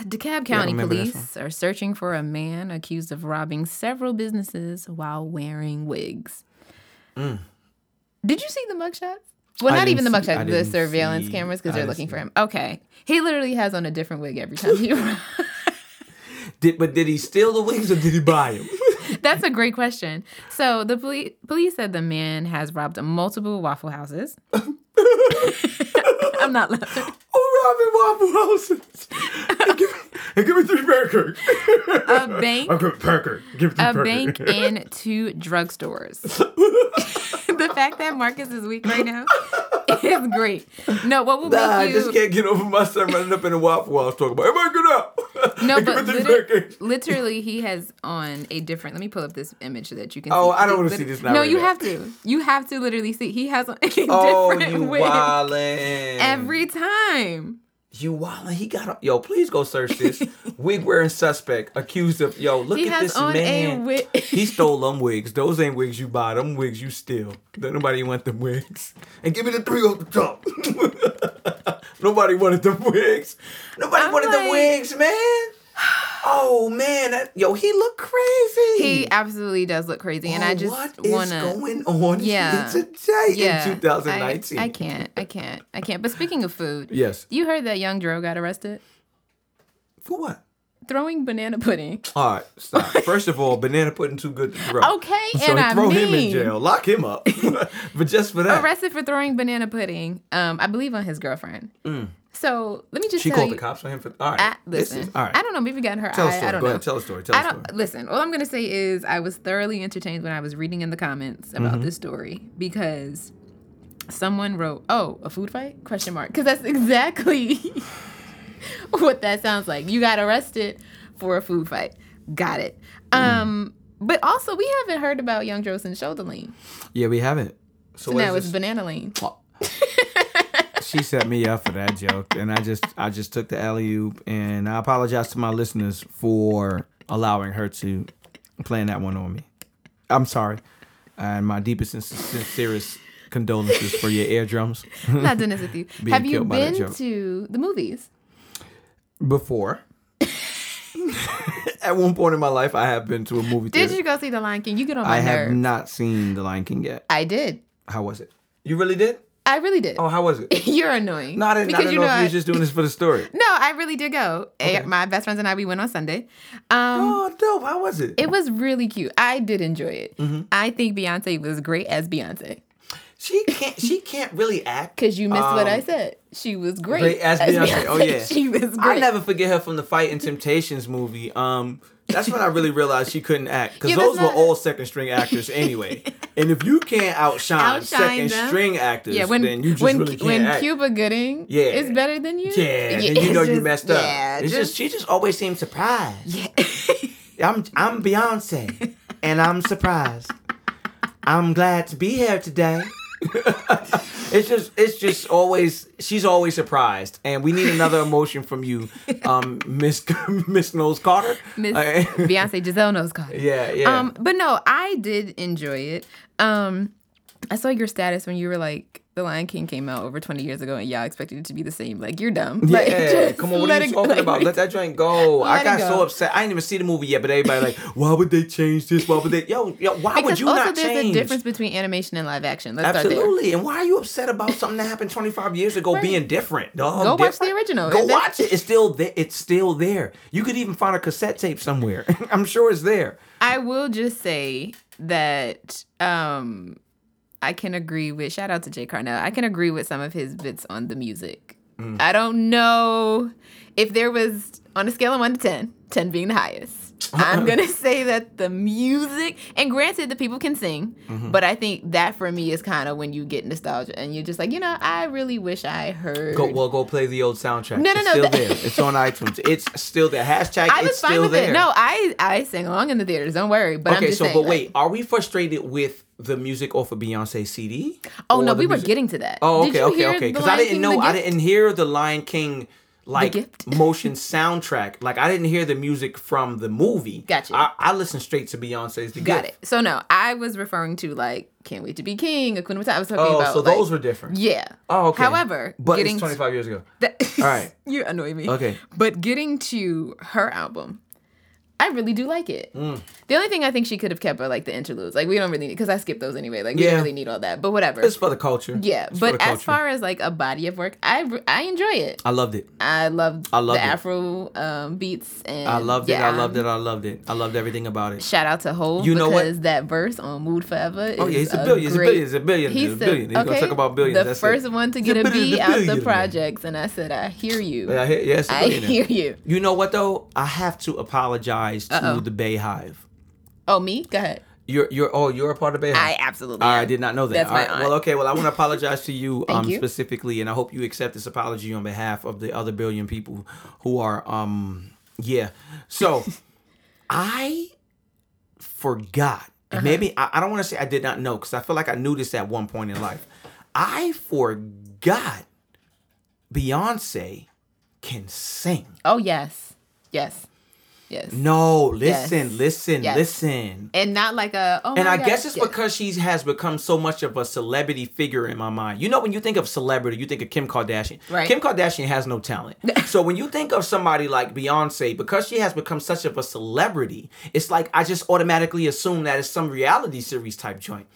[SPEAKER 4] DeKalb County
[SPEAKER 2] remember this
[SPEAKER 4] police are searching for a man accused of robbing several businesses while wearing wigs. Did you see the mugshots? Well,
[SPEAKER 2] Mm. I
[SPEAKER 4] not even the
[SPEAKER 2] didn't see- I
[SPEAKER 4] mugshots, the
[SPEAKER 2] didn't
[SPEAKER 4] surveillance
[SPEAKER 2] see- I
[SPEAKER 4] cameras, because they're
[SPEAKER 2] didn't
[SPEAKER 4] looking
[SPEAKER 2] see
[SPEAKER 4] for him. Okay. He literally has on a different wig every time he <laughs> arrives.
[SPEAKER 2] Did but did he steal the wings or did he buy <laughs> them?
[SPEAKER 4] That's a great question. So the police police said the man has robbed multiple Waffle Houses. <laughs> I'm not laughing. <laughs>
[SPEAKER 2] oh, Robin Waffle Houses. And give me three pancakes. <laughs>
[SPEAKER 4] A bank,
[SPEAKER 2] I'm good pancake. Give me three
[SPEAKER 4] a
[SPEAKER 2] pancakes. <laughs>
[SPEAKER 4] bank, and two drugstores. the fact that Marcus is weak
[SPEAKER 2] <laughs>
[SPEAKER 4] right now is great. No, what will
[SPEAKER 2] Nah, I
[SPEAKER 4] make you?
[SPEAKER 2] just can't get over my son running up in the waffle while I was talking about. Everybody get out. <laughs>
[SPEAKER 4] No,
[SPEAKER 2] And give
[SPEAKER 4] but
[SPEAKER 2] me three
[SPEAKER 4] liter-
[SPEAKER 2] pancakes.
[SPEAKER 4] literally, he has on a different. Let me pull up this image so that you can.
[SPEAKER 2] Oh,
[SPEAKER 4] see.
[SPEAKER 2] I don't wanna
[SPEAKER 4] Lit-
[SPEAKER 2] see this now
[SPEAKER 4] No,
[SPEAKER 2] right
[SPEAKER 4] you
[SPEAKER 2] now.
[SPEAKER 4] have to. You have to literally see. He has on a <laughs>
[SPEAKER 2] Oh,
[SPEAKER 4] different
[SPEAKER 2] you
[SPEAKER 4] wig
[SPEAKER 2] wildin'.
[SPEAKER 4] every time.
[SPEAKER 2] You wildin'. He got a- yo. Please go search
[SPEAKER 4] <laughs>
[SPEAKER 2] this wig wearing suspect accused of yo. Look
[SPEAKER 4] He
[SPEAKER 2] at
[SPEAKER 4] has
[SPEAKER 2] this
[SPEAKER 4] on a
[SPEAKER 2] man.
[SPEAKER 4] wig. <laughs>
[SPEAKER 2] he stole them wigs. Those ain't wigs you buy. Them wigs you steal. Don't nobody want them wigs. And give me the three off the top. <laughs> nobody wanted them wigs. Nobody
[SPEAKER 4] I'm
[SPEAKER 2] wanted the
[SPEAKER 4] like-
[SPEAKER 2] wigs, man. Oh man, that, yo, he look crazy.
[SPEAKER 4] He absolutely does look crazy, and I
[SPEAKER 2] Mm. Oh,
[SPEAKER 4] just
[SPEAKER 2] what is
[SPEAKER 4] wanna.
[SPEAKER 2] going on
[SPEAKER 4] Yeah.
[SPEAKER 2] here today
[SPEAKER 4] yeah,
[SPEAKER 2] in 2019?
[SPEAKER 4] I, I can't. I can't. I can't. But speaking of food,
[SPEAKER 2] Yes.
[SPEAKER 4] you heard that young Dro got arrested
[SPEAKER 2] For what?
[SPEAKER 4] throwing banana pudding.
[SPEAKER 2] All right,
[SPEAKER 4] <laughs>
[SPEAKER 2] stop. First of all, banana pudding too good to throw.
[SPEAKER 4] Okay,
[SPEAKER 2] so
[SPEAKER 4] and I
[SPEAKER 2] throw
[SPEAKER 4] mean,
[SPEAKER 2] him in jail, lock him
[SPEAKER 4] <laughs>
[SPEAKER 2] up. <laughs> but just for that,
[SPEAKER 4] arrested for throwing banana pudding. Um, I believe on his girlfriend. So let me just
[SPEAKER 2] Mm. she
[SPEAKER 4] tell
[SPEAKER 2] called
[SPEAKER 4] you.
[SPEAKER 2] the cops on him for. All right,
[SPEAKER 4] I,
[SPEAKER 2] this
[SPEAKER 4] Uh, listen,
[SPEAKER 2] is- all right.
[SPEAKER 4] I don't know. Maybe got in her
[SPEAKER 2] tell a
[SPEAKER 4] eye.
[SPEAKER 2] story.
[SPEAKER 4] I don't
[SPEAKER 2] Go
[SPEAKER 4] know.
[SPEAKER 2] ahead, tell a story. Tell
[SPEAKER 4] I
[SPEAKER 2] a story.
[SPEAKER 4] don't listen. All I'm gonna say is I was thoroughly entertained when I was reading in the comments about
[SPEAKER 2] Mm-hmm.
[SPEAKER 4] this story because someone wrote, "Oh, a food fight?" Question mark. Because that's <laughs> exactly what that sounds like. You got arrested for a food fight. Got it.
[SPEAKER 2] Mm.
[SPEAKER 4] Um, but also we haven't heard about Young Dro since Shoulder Lane.
[SPEAKER 2] Yeah, we haven't. So
[SPEAKER 4] So
[SPEAKER 2] what
[SPEAKER 4] now
[SPEAKER 2] is
[SPEAKER 4] it's
[SPEAKER 2] this? <laughs>
[SPEAKER 4] Banana Lane.
[SPEAKER 2] she set me up for that joke, and I just I just took the alley oop, and I apologize to my listeners for allowing her to plan that one on me. I'm sorry, and my deepest and sincerest condolences for your eardrums.
[SPEAKER 4] I'm not doing this with you. Have you
[SPEAKER 2] killed by that
[SPEAKER 4] been
[SPEAKER 2] joke.
[SPEAKER 4] to the movies?
[SPEAKER 2] Before, at one point in my life, I have been to a movie
[SPEAKER 4] Did
[SPEAKER 2] theater.
[SPEAKER 4] you go see The Lion King? You get on my
[SPEAKER 2] I have
[SPEAKER 4] nerves.
[SPEAKER 2] not seen The Lion King yet.
[SPEAKER 4] I did.
[SPEAKER 2] How was it? You really did?
[SPEAKER 4] I really did. <laughs>
[SPEAKER 2] Oh, how was it?
[SPEAKER 4] You're annoying.
[SPEAKER 2] No, I didn't, I didn't know, if you were just doing this for the
[SPEAKER 4] <laughs>
[SPEAKER 2] story.
[SPEAKER 4] No, I really did go. Eh, My best friends and I we went on Sunday. Um,
[SPEAKER 2] Oh, dope. How was it?
[SPEAKER 4] it was really cute. I did enjoy it.
[SPEAKER 2] Mm-hmm.
[SPEAKER 4] I think Beyonce was great as Beyonce
[SPEAKER 2] She can't. She can't really act.
[SPEAKER 4] because you missed what I
[SPEAKER 2] Um,
[SPEAKER 4] said. She was great,
[SPEAKER 2] Great as Beyonce. Oh yeah,
[SPEAKER 4] <laughs> she was
[SPEAKER 2] I
[SPEAKER 4] great.
[SPEAKER 2] never forget her from the Fight and Temptations movie. Um, that's when I really realized she couldn't act because
[SPEAKER 4] Yeah, that's
[SPEAKER 2] those were
[SPEAKER 4] not-
[SPEAKER 2] all second string actors
[SPEAKER 4] <laughs>
[SPEAKER 2] anyway. and if you can't outshine,
[SPEAKER 4] Outshine
[SPEAKER 2] second
[SPEAKER 4] them.
[SPEAKER 2] string actors,
[SPEAKER 4] yeah, when
[SPEAKER 2] then you just
[SPEAKER 4] when
[SPEAKER 2] really can't
[SPEAKER 4] when
[SPEAKER 2] act.
[SPEAKER 4] Cuba Gooding
[SPEAKER 2] Yeah.
[SPEAKER 4] is better than you,
[SPEAKER 2] yeah, then you
[SPEAKER 4] it's
[SPEAKER 2] know you
[SPEAKER 4] just-
[SPEAKER 2] messed up.
[SPEAKER 4] Yeah,
[SPEAKER 2] it's just, she just always seems surprised.
[SPEAKER 4] <laughs> yeah.
[SPEAKER 2] I'm I'm
[SPEAKER 4] <laughs>
[SPEAKER 2] Beyonce, and I'm surprised. I'm glad to be here
[SPEAKER 4] <laughs>
[SPEAKER 2] today. it's just it's just always she's always surprised, and we need another emotion from
[SPEAKER 4] <laughs>
[SPEAKER 2] you, um, Miss Miss Knowles Carter.
[SPEAKER 4] Miss
[SPEAKER 2] Uh, <laughs>
[SPEAKER 4] <laughs> Beyonce Giselle knows God.
[SPEAKER 2] yeah, yeah.
[SPEAKER 4] Um, but no, I did enjoy it. Um, I saw your status when you were like, "The Lion King came out over 20 years ago, and y'all expected it to be the same." Like you're dumb. Like,
[SPEAKER 2] yeah,
[SPEAKER 4] just
[SPEAKER 2] come on, what
[SPEAKER 4] let
[SPEAKER 2] are you
[SPEAKER 4] it-
[SPEAKER 2] talking
[SPEAKER 4] like,
[SPEAKER 2] about? Let that joint go.
[SPEAKER 4] <laughs>
[SPEAKER 2] I
[SPEAKER 4] Let it
[SPEAKER 2] got so
[SPEAKER 4] go.
[SPEAKER 2] upset. I didn't even see the movie yet, but everybody like, why would they change this? Why would they? Yo, yo, why
[SPEAKER 4] because
[SPEAKER 2] would you
[SPEAKER 4] also
[SPEAKER 2] not
[SPEAKER 4] there's
[SPEAKER 2] change?
[SPEAKER 4] a difference between animation and live action. Let's start
[SPEAKER 2] Absolutely. And why are you upset about something that happened 25 years ago being different? dog?
[SPEAKER 4] Go watch
[SPEAKER 2] Different.
[SPEAKER 4] the original.
[SPEAKER 2] Go
[SPEAKER 4] If that's-
[SPEAKER 2] watch it. It's still there. It's still there. You could even find a cassette tape somewhere. <laughs> I'm sure it's there.
[SPEAKER 4] there. I will just say that um, I can agree with shout out to Jay Carnell. I can agree with some of his bits on the music.
[SPEAKER 2] Mm.
[SPEAKER 4] I don't know if there was on a scale of one to 10, 10 being the highest. I'm
[SPEAKER 2] <laughs>
[SPEAKER 4] gonna say that the music, and granted, the people can sing,
[SPEAKER 2] Mm-hmm.
[SPEAKER 4] but I think that for me is kind of when you get nostalgia and you're just like, you know, I really wish I heard.
[SPEAKER 2] Go well, go play the old soundtrack.
[SPEAKER 4] No, no,
[SPEAKER 2] it's
[SPEAKER 4] no,
[SPEAKER 2] Still
[SPEAKER 4] that-
[SPEAKER 2] there. It's on iTunes. It's still there. Hashtag.
[SPEAKER 4] I was
[SPEAKER 2] it's
[SPEAKER 4] fine
[SPEAKER 2] still
[SPEAKER 4] with
[SPEAKER 2] there.
[SPEAKER 4] it. No, I I sang along in the theaters. Don't worry. But I'm
[SPEAKER 2] okay.
[SPEAKER 4] just
[SPEAKER 2] So,
[SPEAKER 4] saying,
[SPEAKER 2] but
[SPEAKER 4] like-
[SPEAKER 2] wait, are we frustrated with the music off of Beyonce CD?
[SPEAKER 4] oh
[SPEAKER 2] Or
[SPEAKER 4] no,
[SPEAKER 2] the
[SPEAKER 4] we were
[SPEAKER 2] music-
[SPEAKER 4] getting to that.
[SPEAKER 2] Oh,
[SPEAKER 4] Did
[SPEAKER 2] okay,
[SPEAKER 4] you
[SPEAKER 2] okay,
[SPEAKER 4] hear
[SPEAKER 2] okay.
[SPEAKER 4] The
[SPEAKER 2] Because I
[SPEAKER 4] Lion
[SPEAKER 2] didn't
[SPEAKER 4] King,
[SPEAKER 2] know,
[SPEAKER 4] The
[SPEAKER 2] I
[SPEAKER 4] Gift?
[SPEAKER 2] didn't hear the Lion King like
[SPEAKER 4] Gift? <laughs>
[SPEAKER 2] motion soundtrack. Like I didn't hear the music from the movie.
[SPEAKER 4] Gotcha.
[SPEAKER 2] I, I listened straight to Beyonce's. The
[SPEAKER 4] Got
[SPEAKER 2] Gift.
[SPEAKER 4] it. So no, I was referring to like Can't Wait to Be King, A Queen of Time. I was talking
[SPEAKER 2] Oh,
[SPEAKER 4] about
[SPEAKER 2] so
[SPEAKER 4] like-
[SPEAKER 2] those were different.
[SPEAKER 4] Yeah.
[SPEAKER 2] Oh, okay.
[SPEAKER 4] However,
[SPEAKER 2] but
[SPEAKER 4] getting
[SPEAKER 2] it's 25 years ago.
[SPEAKER 4] <laughs> That,
[SPEAKER 2] All right.
[SPEAKER 4] you annoy me.
[SPEAKER 2] Okay.
[SPEAKER 4] But getting to her album, I really do like it.
[SPEAKER 2] Mm.
[SPEAKER 4] The only thing I think she could have kept are like the interludes. Like we don't really need because I skipped those anyway. Like we
[SPEAKER 2] Yeah.
[SPEAKER 4] don't really need all that. But whatever.
[SPEAKER 2] It's for the culture.
[SPEAKER 4] yeah.
[SPEAKER 2] It's for
[SPEAKER 4] But
[SPEAKER 2] the
[SPEAKER 4] as
[SPEAKER 2] culture.
[SPEAKER 4] far as like a body of work, I re- I enjoy it.
[SPEAKER 2] I loved it.
[SPEAKER 4] I love
[SPEAKER 2] I loved
[SPEAKER 4] the
[SPEAKER 2] it.
[SPEAKER 4] Afro um, beats and
[SPEAKER 2] I loved
[SPEAKER 4] yeah,
[SPEAKER 2] it. I loved it. I loved it. I loved everything about
[SPEAKER 4] <laughs>
[SPEAKER 2] it.
[SPEAKER 4] Shout out to Hove
[SPEAKER 2] You know what?
[SPEAKER 4] because that verse on Mood Forever.
[SPEAKER 2] Oh yeah,
[SPEAKER 4] is
[SPEAKER 2] he's a billion. He's a
[SPEAKER 4] great-
[SPEAKER 2] billion. He's a billion. He's a
[SPEAKER 4] the-
[SPEAKER 2] billion. He's gonna talk about billions.
[SPEAKER 4] The
[SPEAKER 2] That's
[SPEAKER 4] first
[SPEAKER 2] it.
[SPEAKER 4] one to
[SPEAKER 2] He's a
[SPEAKER 4] get a
[SPEAKER 2] billion-
[SPEAKER 4] beat
[SPEAKER 2] a
[SPEAKER 4] out the
[SPEAKER 2] billionaire.
[SPEAKER 4] projects, and I said, I hear you.
[SPEAKER 2] Yeah, I hear, yes, a
[SPEAKER 4] I
[SPEAKER 2] billionaire.
[SPEAKER 4] <laughs> hear you.
[SPEAKER 2] You know what though? I have to apologize to
[SPEAKER 4] Uh-oh.
[SPEAKER 2] the Bay Hive.
[SPEAKER 4] Oh, me? Go ahead.
[SPEAKER 2] You're you're oh you're a part of Bay Hive.
[SPEAKER 4] I absolutely.
[SPEAKER 2] I
[SPEAKER 4] am.
[SPEAKER 2] did not know that.
[SPEAKER 4] That's
[SPEAKER 2] All
[SPEAKER 4] my
[SPEAKER 2] right.
[SPEAKER 4] aunt.
[SPEAKER 2] Well, okay. Well, I want to apologize to you,
[SPEAKER 4] <laughs> Thank
[SPEAKER 2] um,
[SPEAKER 4] you.
[SPEAKER 2] specifically, and I hope you accept this apology on behalf of the other billion people who are, um, yeah.
[SPEAKER 4] <laughs>
[SPEAKER 2] So, I forgot. And Maybe
[SPEAKER 4] Uh-huh.
[SPEAKER 2] I, I don't want to say I did not know because I feel like I knew this at one point in life. I forgot Beyonce can sing.
[SPEAKER 4] Oh yes, yes, yes.
[SPEAKER 2] No, listen,
[SPEAKER 4] Yes.
[SPEAKER 2] listen,
[SPEAKER 4] Yes.
[SPEAKER 2] listen.
[SPEAKER 4] And not like a. Oh
[SPEAKER 2] And
[SPEAKER 4] my
[SPEAKER 2] I
[SPEAKER 4] God,
[SPEAKER 2] guess it's
[SPEAKER 4] yes.
[SPEAKER 2] because she has become so much of a celebrity figure in my mind. You know, when you think of celebrity, you think of Kim Kardashian.
[SPEAKER 4] Right.
[SPEAKER 2] Kim Kardashian has no
[SPEAKER 4] <laughs>
[SPEAKER 2] talent. so when you think of somebody like Beyonce, because she has become such of a celebrity, it's like I just automatically assume that it's some reality series type joint.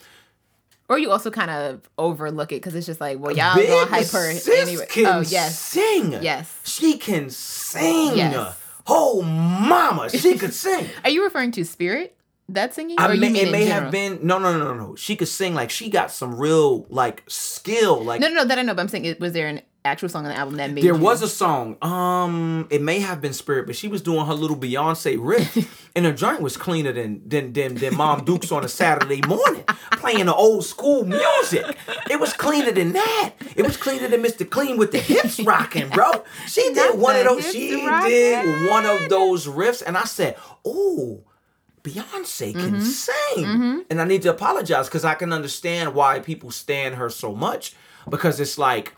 [SPEAKER 4] Or you also kind of overlook it because it's just like, well, Oh, y'all
[SPEAKER 2] Big
[SPEAKER 4] gonna hype her
[SPEAKER 2] sis
[SPEAKER 4] anyway.
[SPEAKER 2] can
[SPEAKER 4] Oh yes,
[SPEAKER 2] sing.
[SPEAKER 4] Yes.
[SPEAKER 2] She can sing.
[SPEAKER 4] Yes.
[SPEAKER 2] Oh, mama, she
[SPEAKER 4] <laughs>
[SPEAKER 2] could sing.
[SPEAKER 4] Are you referring to Spirit? That singing?
[SPEAKER 2] I
[SPEAKER 4] or you
[SPEAKER 2] may,
[SPEAKER 4] mean
[SPEAKER 2] it
[SPEAKER 4] in
[SPEAKER 2] may
[SPEAKER 4] general?
[SPEAKER 2] have been no, no, no, no, no. She could sing like she got some real like skill. Like
[SPEAKER 4] No, no, no. That I know, but I'm saying, it, was there an actual song on the album that made
[SPEAKER 2] there
[SPEAKER 4] you-
[SPEAKER 2] was a song. Um, it may have been Spirit, but she was doing her little Beyonce riff, and her joint was cleaner than than than, than Mom Dukes on a Saturday morning, playing the old school music. It was cleaner than that. It was cleaner than Mr. Clean with the hips rocking, bro. She did one of
[SPEAKER 4] the
[SPEAKER 2] those.
[SPEAKER 4] hips
[SPEAKER 2] She
[SPEAKER 4] rocking.
[SPEAKER 2] did one of those riffs, and I said, "Oh." Beyonce can sing. And I need to apologize because I can understand why people stand her so much because it's like,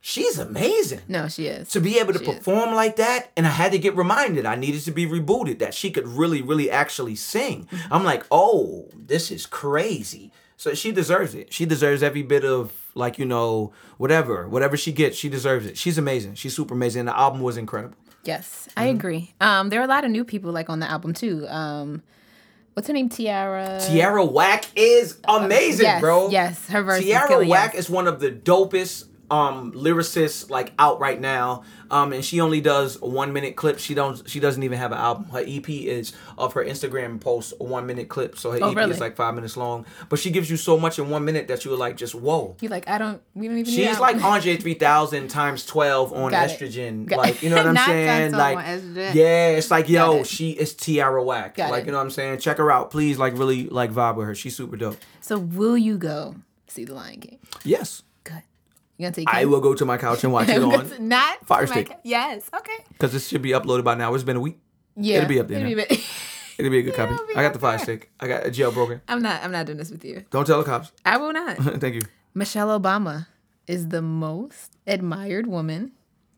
[SPEAKER 2] she's amazing
[SPEAKER 4] No, she is.
[SPEAKER 2] to be able to
[SPEAKER 4] She is.
[SPEAKER 2] perform like that and i had to get reminded i needed to be rebooted that she could really really actually sing
[SPEAKER 4] Mm-hmm.
[SPEAKER 2] i'm like oh this is crazy so she deserves it she deserves every bit of like you know whatever whatever she gets she deserves it she's amazing she's super amazing the album was incredible
[SPEAKER 4] Yes, I
[SPEAKER 2] Mm-hmm.
[SPEAKER 4] agree. Um, there are a lot of new people like on the album too. Um, what's her name? Tiara.
[SPEAKER 2] tiara whack is amazing
[SPEAKER 4] Uh, yes,
[SPEAKER 2] bro
[SPEAKER 4] Yes, her verse. is
[SPEAKER 2] Tiara
[SPEAKER 4] killing,
[SPEAKER 2] Whack
[SPEAKER 4] yes.
[SPEAKER 2] is one of the dopest um lyricists like out right now. Um and she only does one minute clips. She don't she doesn't even have an album. Her EP is of her Instagram post a one minute clip. So her
[SPEAKER 4] Oh,
[SPEAKER 2] EP
[SPEAKER 4] really?
[SPEAKER 2] is like five minutes long. But she gives you so much in one minute that you are like just whoa.
[SPEAKER 4] You're like I don't. We don't even.
[SPEAKER 2] She's
[SPEAKER 4] need an
[SPEAKER 2] like
[SPEAKER 4] album.
[SPEAKER 2] Andre 3000 times 12 on
[SPEAKER 4] Got it.
[SPEAKER 2] estrogen.
[SPEAKER 4] Got-
[SPEAKER 2] like, you
[SPEAKER 4] <laughs>
[SPEAKER 2] know what I'm
[SPEAKER 4] Not
[SPEAKER 2] saying?
[SPEAKER 4] times 12 on
[SPEAKER 2] Like,
[SPEAKER 4] estrogen.
[SPEAKER 2] yeah, it's like, yo,
[SPEAKER 4] it.
[SPEAKER 2] she is Tiara Whack.
[SPEAKER 4] Got
[SPEAKER 2] Like,
[SPEAKER 4] it.
[SPEAKER 2] you know what I'm saying? Check her out. Please, like, really, like, vibe with her. She's super dope.
[SPEAKER 4] So will you go see the Lion King?
[SPEAKER 2] Yes.
[SPEAKER 4] Good. You gonna take?
[SPEAKER 2] I
[SPEAKER 4] <laughs> Kim?
[SPEAKER 2] will go to my couch and watch it on.
[SPEAKER 4] Because Not
[SPEAKER 2] Fire
[SPEAKER 4] my
[SPEAKER 2] Stick.
[SPEAKER 4] God. Yes. Okay.
[SPEAKER 2] Because this should be uploaded by now. It's been a week.
[SPEAKER 4] Yeah.
[SPEAKER 2] be up there
[SPEAKER 4] it'll
[SPEAKER 2] now.
[SPEAKER 4] be-
[SPEAKER 2] It'll be a good copy.
[SPEAKER 4] It'll be
[SPEAKER 2] I got
[SPEAKER 4] up
[SPEAKER 2] the fire
[SPEAKER 4] there.
[SPEAKER 2] stick. I got a jailbroken.
[SPEAKER 4] <laughs> I'm not. I'm not doing this with you.
[SPEAKER 2] Don't tell the cops. <laughs>
[SPEAKER 4] I will not.
[SPEAKER 2] Thank you.
[SPEAKER 4] Michelle Obama is the most admired woman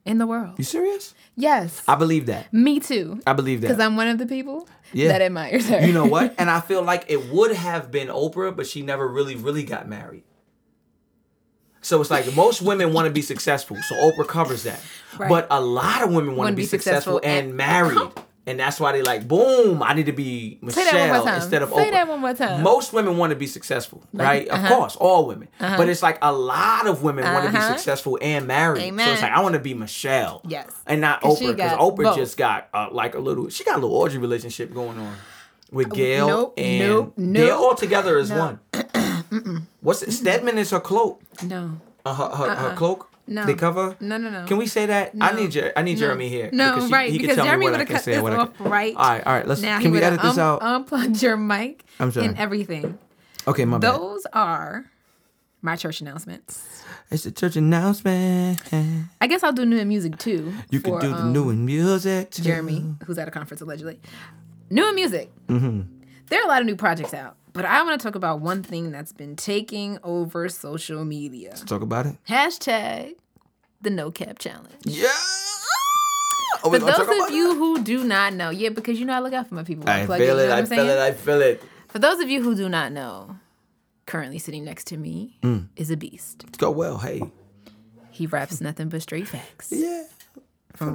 [SPEAKER 4] in the world.
[SPEAKER 2] You serious?
[SPEAKER 4] Yes.
[SPEAKER 2] I believe that.
[SPEAKER 4] me too.
[SPEAKER 2] I believe that.
[SPEAKER 4] Because I'm one of the people
[SPEAKER 2] Yeah.
[SPEAKER 4] that admires her.
[SPEAKER 2] you know what? And I feel like it would have been Oprah, but she never really, really got married. So it's like most women want to be successful, so Oprah covers that.
[SPEAKER 4] Right.
[SPEAKER 2] But a lot of women want to
[SPEAKER 4] Wanna
[SPEAKER 2] be,
[SPEAKER 4] be
[SPEAKER 2] successful,
[SPEAKER 4] successful
[SPEAKER 2] and,
[SPEAKER 4] and-
[SPEAKER 2] married. And that's why they like, boom, I need to be
[SPEAKER 4] Say
[SPEAKER 2] Michelle
[SPEAKER 4] that one more time.
[SPEAKER 2] instead of Oprah.
[SPEAKER 4] Say that one more time.
[SPEAKER 2] Most women want to be successful, right? Of course, all women. But it's like a lot of women want to be
[SPEAKER 4] Uh-huh.
[SPEAKER 2] successful and married. So it's
[SPEAKER 4] Amen.
[SPEAKER 2] like I want to be Michelle,
[SPEAKER 4] Yes.
[SPEAKER 2] and not
[SPEAKER 4] 'Cause she
[SPEAKER 2] Oprah, because
[SPEAKER 4] got
[SPEAKER 2] Oprah
[SPEAKER 4] both.
[SPEAKER 2] just got uh, like a little. She got a little orgy relationship going on with Gail
[SPEAKER 4] Uh, nope,
[SPEAKER 2] and
[SPEAKER 4] nope,
[SPEAKER 2] they're
[SPEAKER 4] nope.
[SPEAKER 2] all together as
[SPEAKER 4] No. <clears throat>
[SPEAKER 2] one. What's it? Stedman is her cloak.
[SPEAKER 4] no.
[SPEAKER 2] Uh, her, her, her cloak.
[SPEAKER 4] Uh-uh. No.
[SPEAKER 2] They cover.
[SPEAKER 4] No, no, no.
[SPEAKER 2] Can we say that? I need Jer- I need Jeremy here.
[SPEAKER 4] No,
[SPEAKER 2] she-
[SPEAKER 4] right,
[SPEAKER 2] can
[SPEAKER 4] because
[SPEAKER 2] tell me
[SPEAKER 4] Jeremy
[SPEAKER 2] what I
[SPEAKER 4] would've
[SPEAKER 2] can
[SPEAKER 4] cut
[SPEAKER 2] say and
[SPEAKER 4] this
[SPEAKER 2] what I
[SPEAKER 4] off
[SPEAKER 2] can't-
[SPEAKER 4] right
[SPEAKER 2] All right, all right. Let's.
[SPEAKER 4] Now he
[SPEAKER 2] can we
[SPEAKER 4] would've um,
[SPEAKER 2] edit this
[SPEAKER 4] un-
[SPEAKER 2] out?
[SPEAKER 4] Unplugged your mic
[SPEAKER 2] I'm sorry.
[SPEAKER 4] and everything.
[SPEAKER 2] okay, my bad.
[SPEAKER 4] Those are my church announcements.
[SPEAKER 2] It's the church announcement.
[SPEAKER 4] I guess I'll do new in music too.
[SPEAKER 2] You can
[SPEAKER 4] for,
[SPEAKER 2] do the
[SPEAKER 4] um,
[SPEAKER 2] new in music. Too.
[SPEAKER 4] Jeremy, who's at a conference allegedly. New in music.
[SPEAKER 2] Mm-hmm.
[SPEAKER 4] There are a lot of new projects out, but I want to talk about one thing that's been taking over social media.
[SPEAKER 2] Talk about it.
[SPEAKER 4] Hashtag the no cap challenge.
[SPEAKER 2] Yeah. Are we
[SPEAKER 4] For
[SPEAKER 2] gonna
[SPEAKER 4] those
[SPEAKER 2] talk about
[SPEAKER 4] of you who do not know, yeah, because you know I look out for my people. when
[SPEAKER 2] I
[SPEAKER 4] plug
[SPEAKER 2] feel
[SPEAKER 4] in, you
[SPEAKER 2] it.
[SPEAKER 4] know what
[SPEAKER 2] I
[SPEAKER 4] I'm
[SPEAKER 2] feel it.
[SPEAKER 4] saying?
[SPEAKER 2] I feel it.
[SPEAKER 4] For those of you who do not know, currently sitting next to me
[SPEAKER 2] Mm.
[SPEAKER 4] is a beast.
[SPEAKER 2] It's go well. Hey.
[SPEAKER 4] He raps nothing but straight facts.
[SPEAKER 2] Yeah.
[SPEAKER 4] From
[SPEAKER 2] time-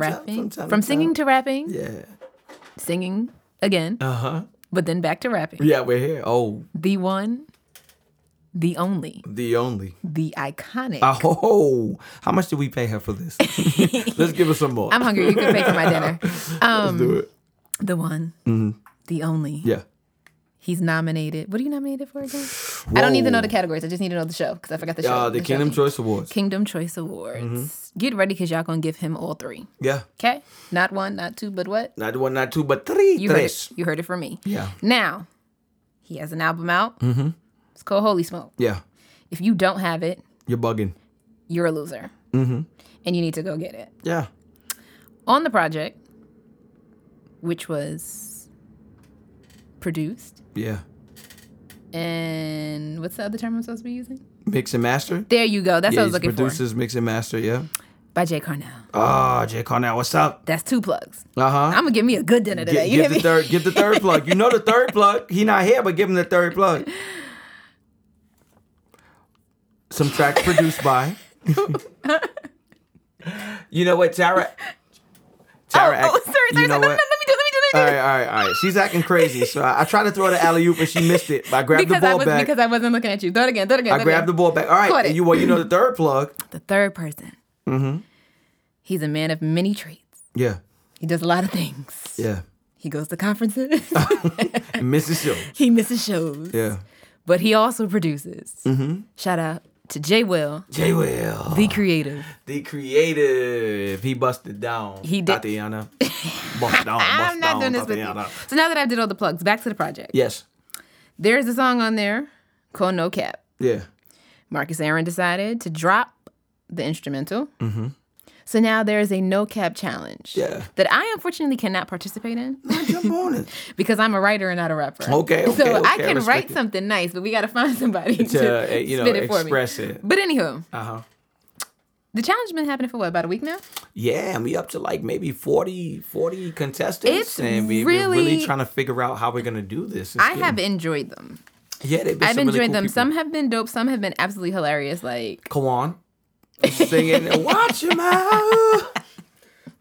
[SPEAKER 2] from
[SPEAKER 4] rapping, from,
[SPEAKER 2] time to
[SPEAKER 4] singing to rapping,
[SPEAKER 2] Yeah.
[SPEAKER 4] singing again,
[SPEAKER 2] Uh huh.
[SPEAKER 4] but then back to rapping.
[SPEAKER 2] Yeah, we're here. Oh,
[SPEAKER 4] The one, the only,
[SPEAKER 2] the only.
[SPEAKER 4] the iconic.
[SPEAKER 2] Oh, how much did we pay her for
[SPEAKER 4] <laughs>
[SPEAKER 2] this? Let's give her some more.
[SPEAKER 4] I'm hungry. You can pay for
[SPEAKER 2] <laughs>
[SPEAKER 4] my dinner.
[SPEAKER 2] Let's do it.
[SPEAKER 4] The one, the only.
[SPEAKER 2] Mm-hmm. Yeah.
[SPEAKER 4] He's nominated. What are you nominated for again? I don't need to know the categories. I just need to know the show because I forgot the show.
[SPEAKER 2] Uh, the
[SPEAKER 4] show
[SPEAKER 2] Kingdom
[SPEAKER 4] name.
[SPEAKER 2] Choice Mm-hmm. Awards.
[SPEAKER 4] Kingdom Choice Awards. Get ready because y'all gonna give him all three.
[SPEAKER 2] yeah.
[SPEAKER 4] Okay, not one, not two, but what?
[SPEAKER 2] Not one, not two, but three.
[SPEAKER 4] You heard it.
[SPEAKER 2] tres.
[SPEAKER 4] You heard it from me.
[SPEAKER 2] Yeah.
[SPEAKER 4] Now, he has an album out. Mm-hmm. It's called Holy Smoke.
[SPEAKER 2] Yeah.
[SPEAKER 4] If you don't have it,
[SPEAKER 2] You're bugging.
[SPEAKER 4] you're a loser, mm-hmm. and you need to go get it.
[SPEAKER 2] Yeah.
[SPEAKER 4] on the project, which was produced.
[SPEAKER 2] Yeah.
[SPEAKER 4] And what's the other term I'm supposed to be using?
[SPEAKER 2] Mix and master.
[SPEAKER 4] There you go. That's what
[SPEAKER 2] Yeah,
[SPEAKER 4] I was
[SPEAKER 2] he's
[SPEAKER 4] looking
[SPEAKER 2] produces mix and master. Yeah.
[SPEAKER 4] for. By Jay Carnell.
[SPEAKER 2] Ah, Jay Cornell, what's up?
[SPEAKER 4] That's two plugs.
[SPEAKER 2] Uh huh.
[SPEAKER 4] I'm gonna give me a good dinner today.
[SPEAKER 2] Give,
[SPEAKER 4] you hear
[SPEAKER 2] give the
[SPEAKER 4] me?
[SPEAKER 2] third, give the third plug. You know the third <laughs> plug. He not here, but give him the third plug. Some track produced by. <laughs> you know what, Tara? Tara,
[SPEAKER 4] oh, oh,
[SPEAKER 2] act-
[SPEAKER 4] sorry, sorry,
[SPEAKER 2] you know
[SPEAKER 4] sorry. No, no,
[SPEAKER 2] what?
[SPEAKER 4] let me do. Let me do. Let me do.
[SPEAKER 2] All right, all right, all right. She's acting crazy, so I, I tried to throw the alley oop, and she missed it. I grabbed
[SPEAKER 4] because
[SPEAKER 2] the
[SPEAKER 4] I
[SPEAKER 2] ball
[SPEAKER 4] was
[SPEAKER 2] back.
[SPEAKER 4] because I wasn't looking at you. Throw it again. Throw it again.
[SPEAKER 2] I
[SPEAKER 4] throw it
[SPEAKER 2] grabbed the
[SPEAKER 4] again.
[SPEAKER 2] ball back. All
[SPEAKER 4] Caught
[SPEAKER 2] right,
[SPEAKER 4] it.
[SPEAKER 2] and you well, you know the third plug.
[SPEAKER 4] the third person. Mm-hmm. He's a man of many traits.
[SPEAKER 2] Yeah,
[SPEAKER 4] He does a lot of things.
[SPEAKER 2] yeah.
[SPEAKER 4] He goes to conferences. <laughs>
[SPEAKER 2] And Mrs. Show.
[SPEAKER 4] he misses shows.
[SPEAKER 2] Yeah.
[SPEAKER 4] But he also produces. Mm-hmm. Ah, Shout out to Jay Will,
[SPEAKER 2] J Will.
[SPEAKER 4] the creative.
[SPEAKER 2] The creative. He busted down.
[SPEAKER 4] He did-
[SPEAKER 2] Tatiana. Bust down. Bust
[SPEAKER 4] <laughs> I'm not
[SPEAKER 2] down,
[SPEAKER 4] doing this with you.
[SPEAKER 2] Tatiana.
[SPEAKER 4] So now that I did all the plugs, back to the project.
[SPEAKER 2] Yes.
[SPEAKER 4] There's a song on there called No Cap. <laughs>
[SPEAKER 2] Yeah.
[SPEAKER 4] Marcus Aaron decided to drop the instrumental. Mm-hmm. So now there is a No Cap challenge
[SPEAKER 2] Yeah.
[SPEAKER 4] that I unfortunately cannot participate in
[SPEAKER 2] Jump on
[SPEAKER 4] <laughs>
[SPEAKER 2] it.
[SPEAKER 4] because I'm a writer and not a rapper.
[SPEAKER 2] Okay, okay,
[SPEAKER 4] <laughs> so
[SPEAKER 2] okay,
[SPEAKER 4] I
[SPEAKER 2] I
[SPEAKER 4] can
[SPEAKER 2] respect
[SPEAKER 4] write
[SPEAKER 2] it.
[SPEAKER 4] something nice, but we got to find <laughs> somebody to,
[SPEAKER 2] To uh, you know
[SPEAKER 4] spit it for
[SPEAKER 2] express
[SPEAKER 4] me.
[SPEAKER 2] it.
[SPEAKER 4] But anywho,
[SPEAKER 2] Uh huh.
[SPEAKER 4] the challenge has been happening for what about a week now?
[SPEAKER 2] Yeah, and we up to like maybe 40, 40 contestants,
[SPEAKER 4] It's
[SPEAKER 2] and we, are
[SPEAKER 4] really-
[SPEAKER 2] really trying to figure out how we're gonna do this. It's
[SPEAKER 4] I
[SPEAKER 2] getting-
[SPEAKER 4] have enjoyed them.
[SPEAKER 2] Yeah, they've been
[SPEAKER 4] I've
[SPEAKER 2] some really
[SPEAKER 4] enjoyed
[SPEAKER 2] cool
[SPEAKER 4] them.
[SPEAKER 2] people.
[SPEAKER 4] Some have been dope. Some have been absolutely hilarious. Like
[SPEAKER 2] Kawan singing "Watch Your
[SPEAKER 4] <laughs>
[SPEAKER 2] Mouth."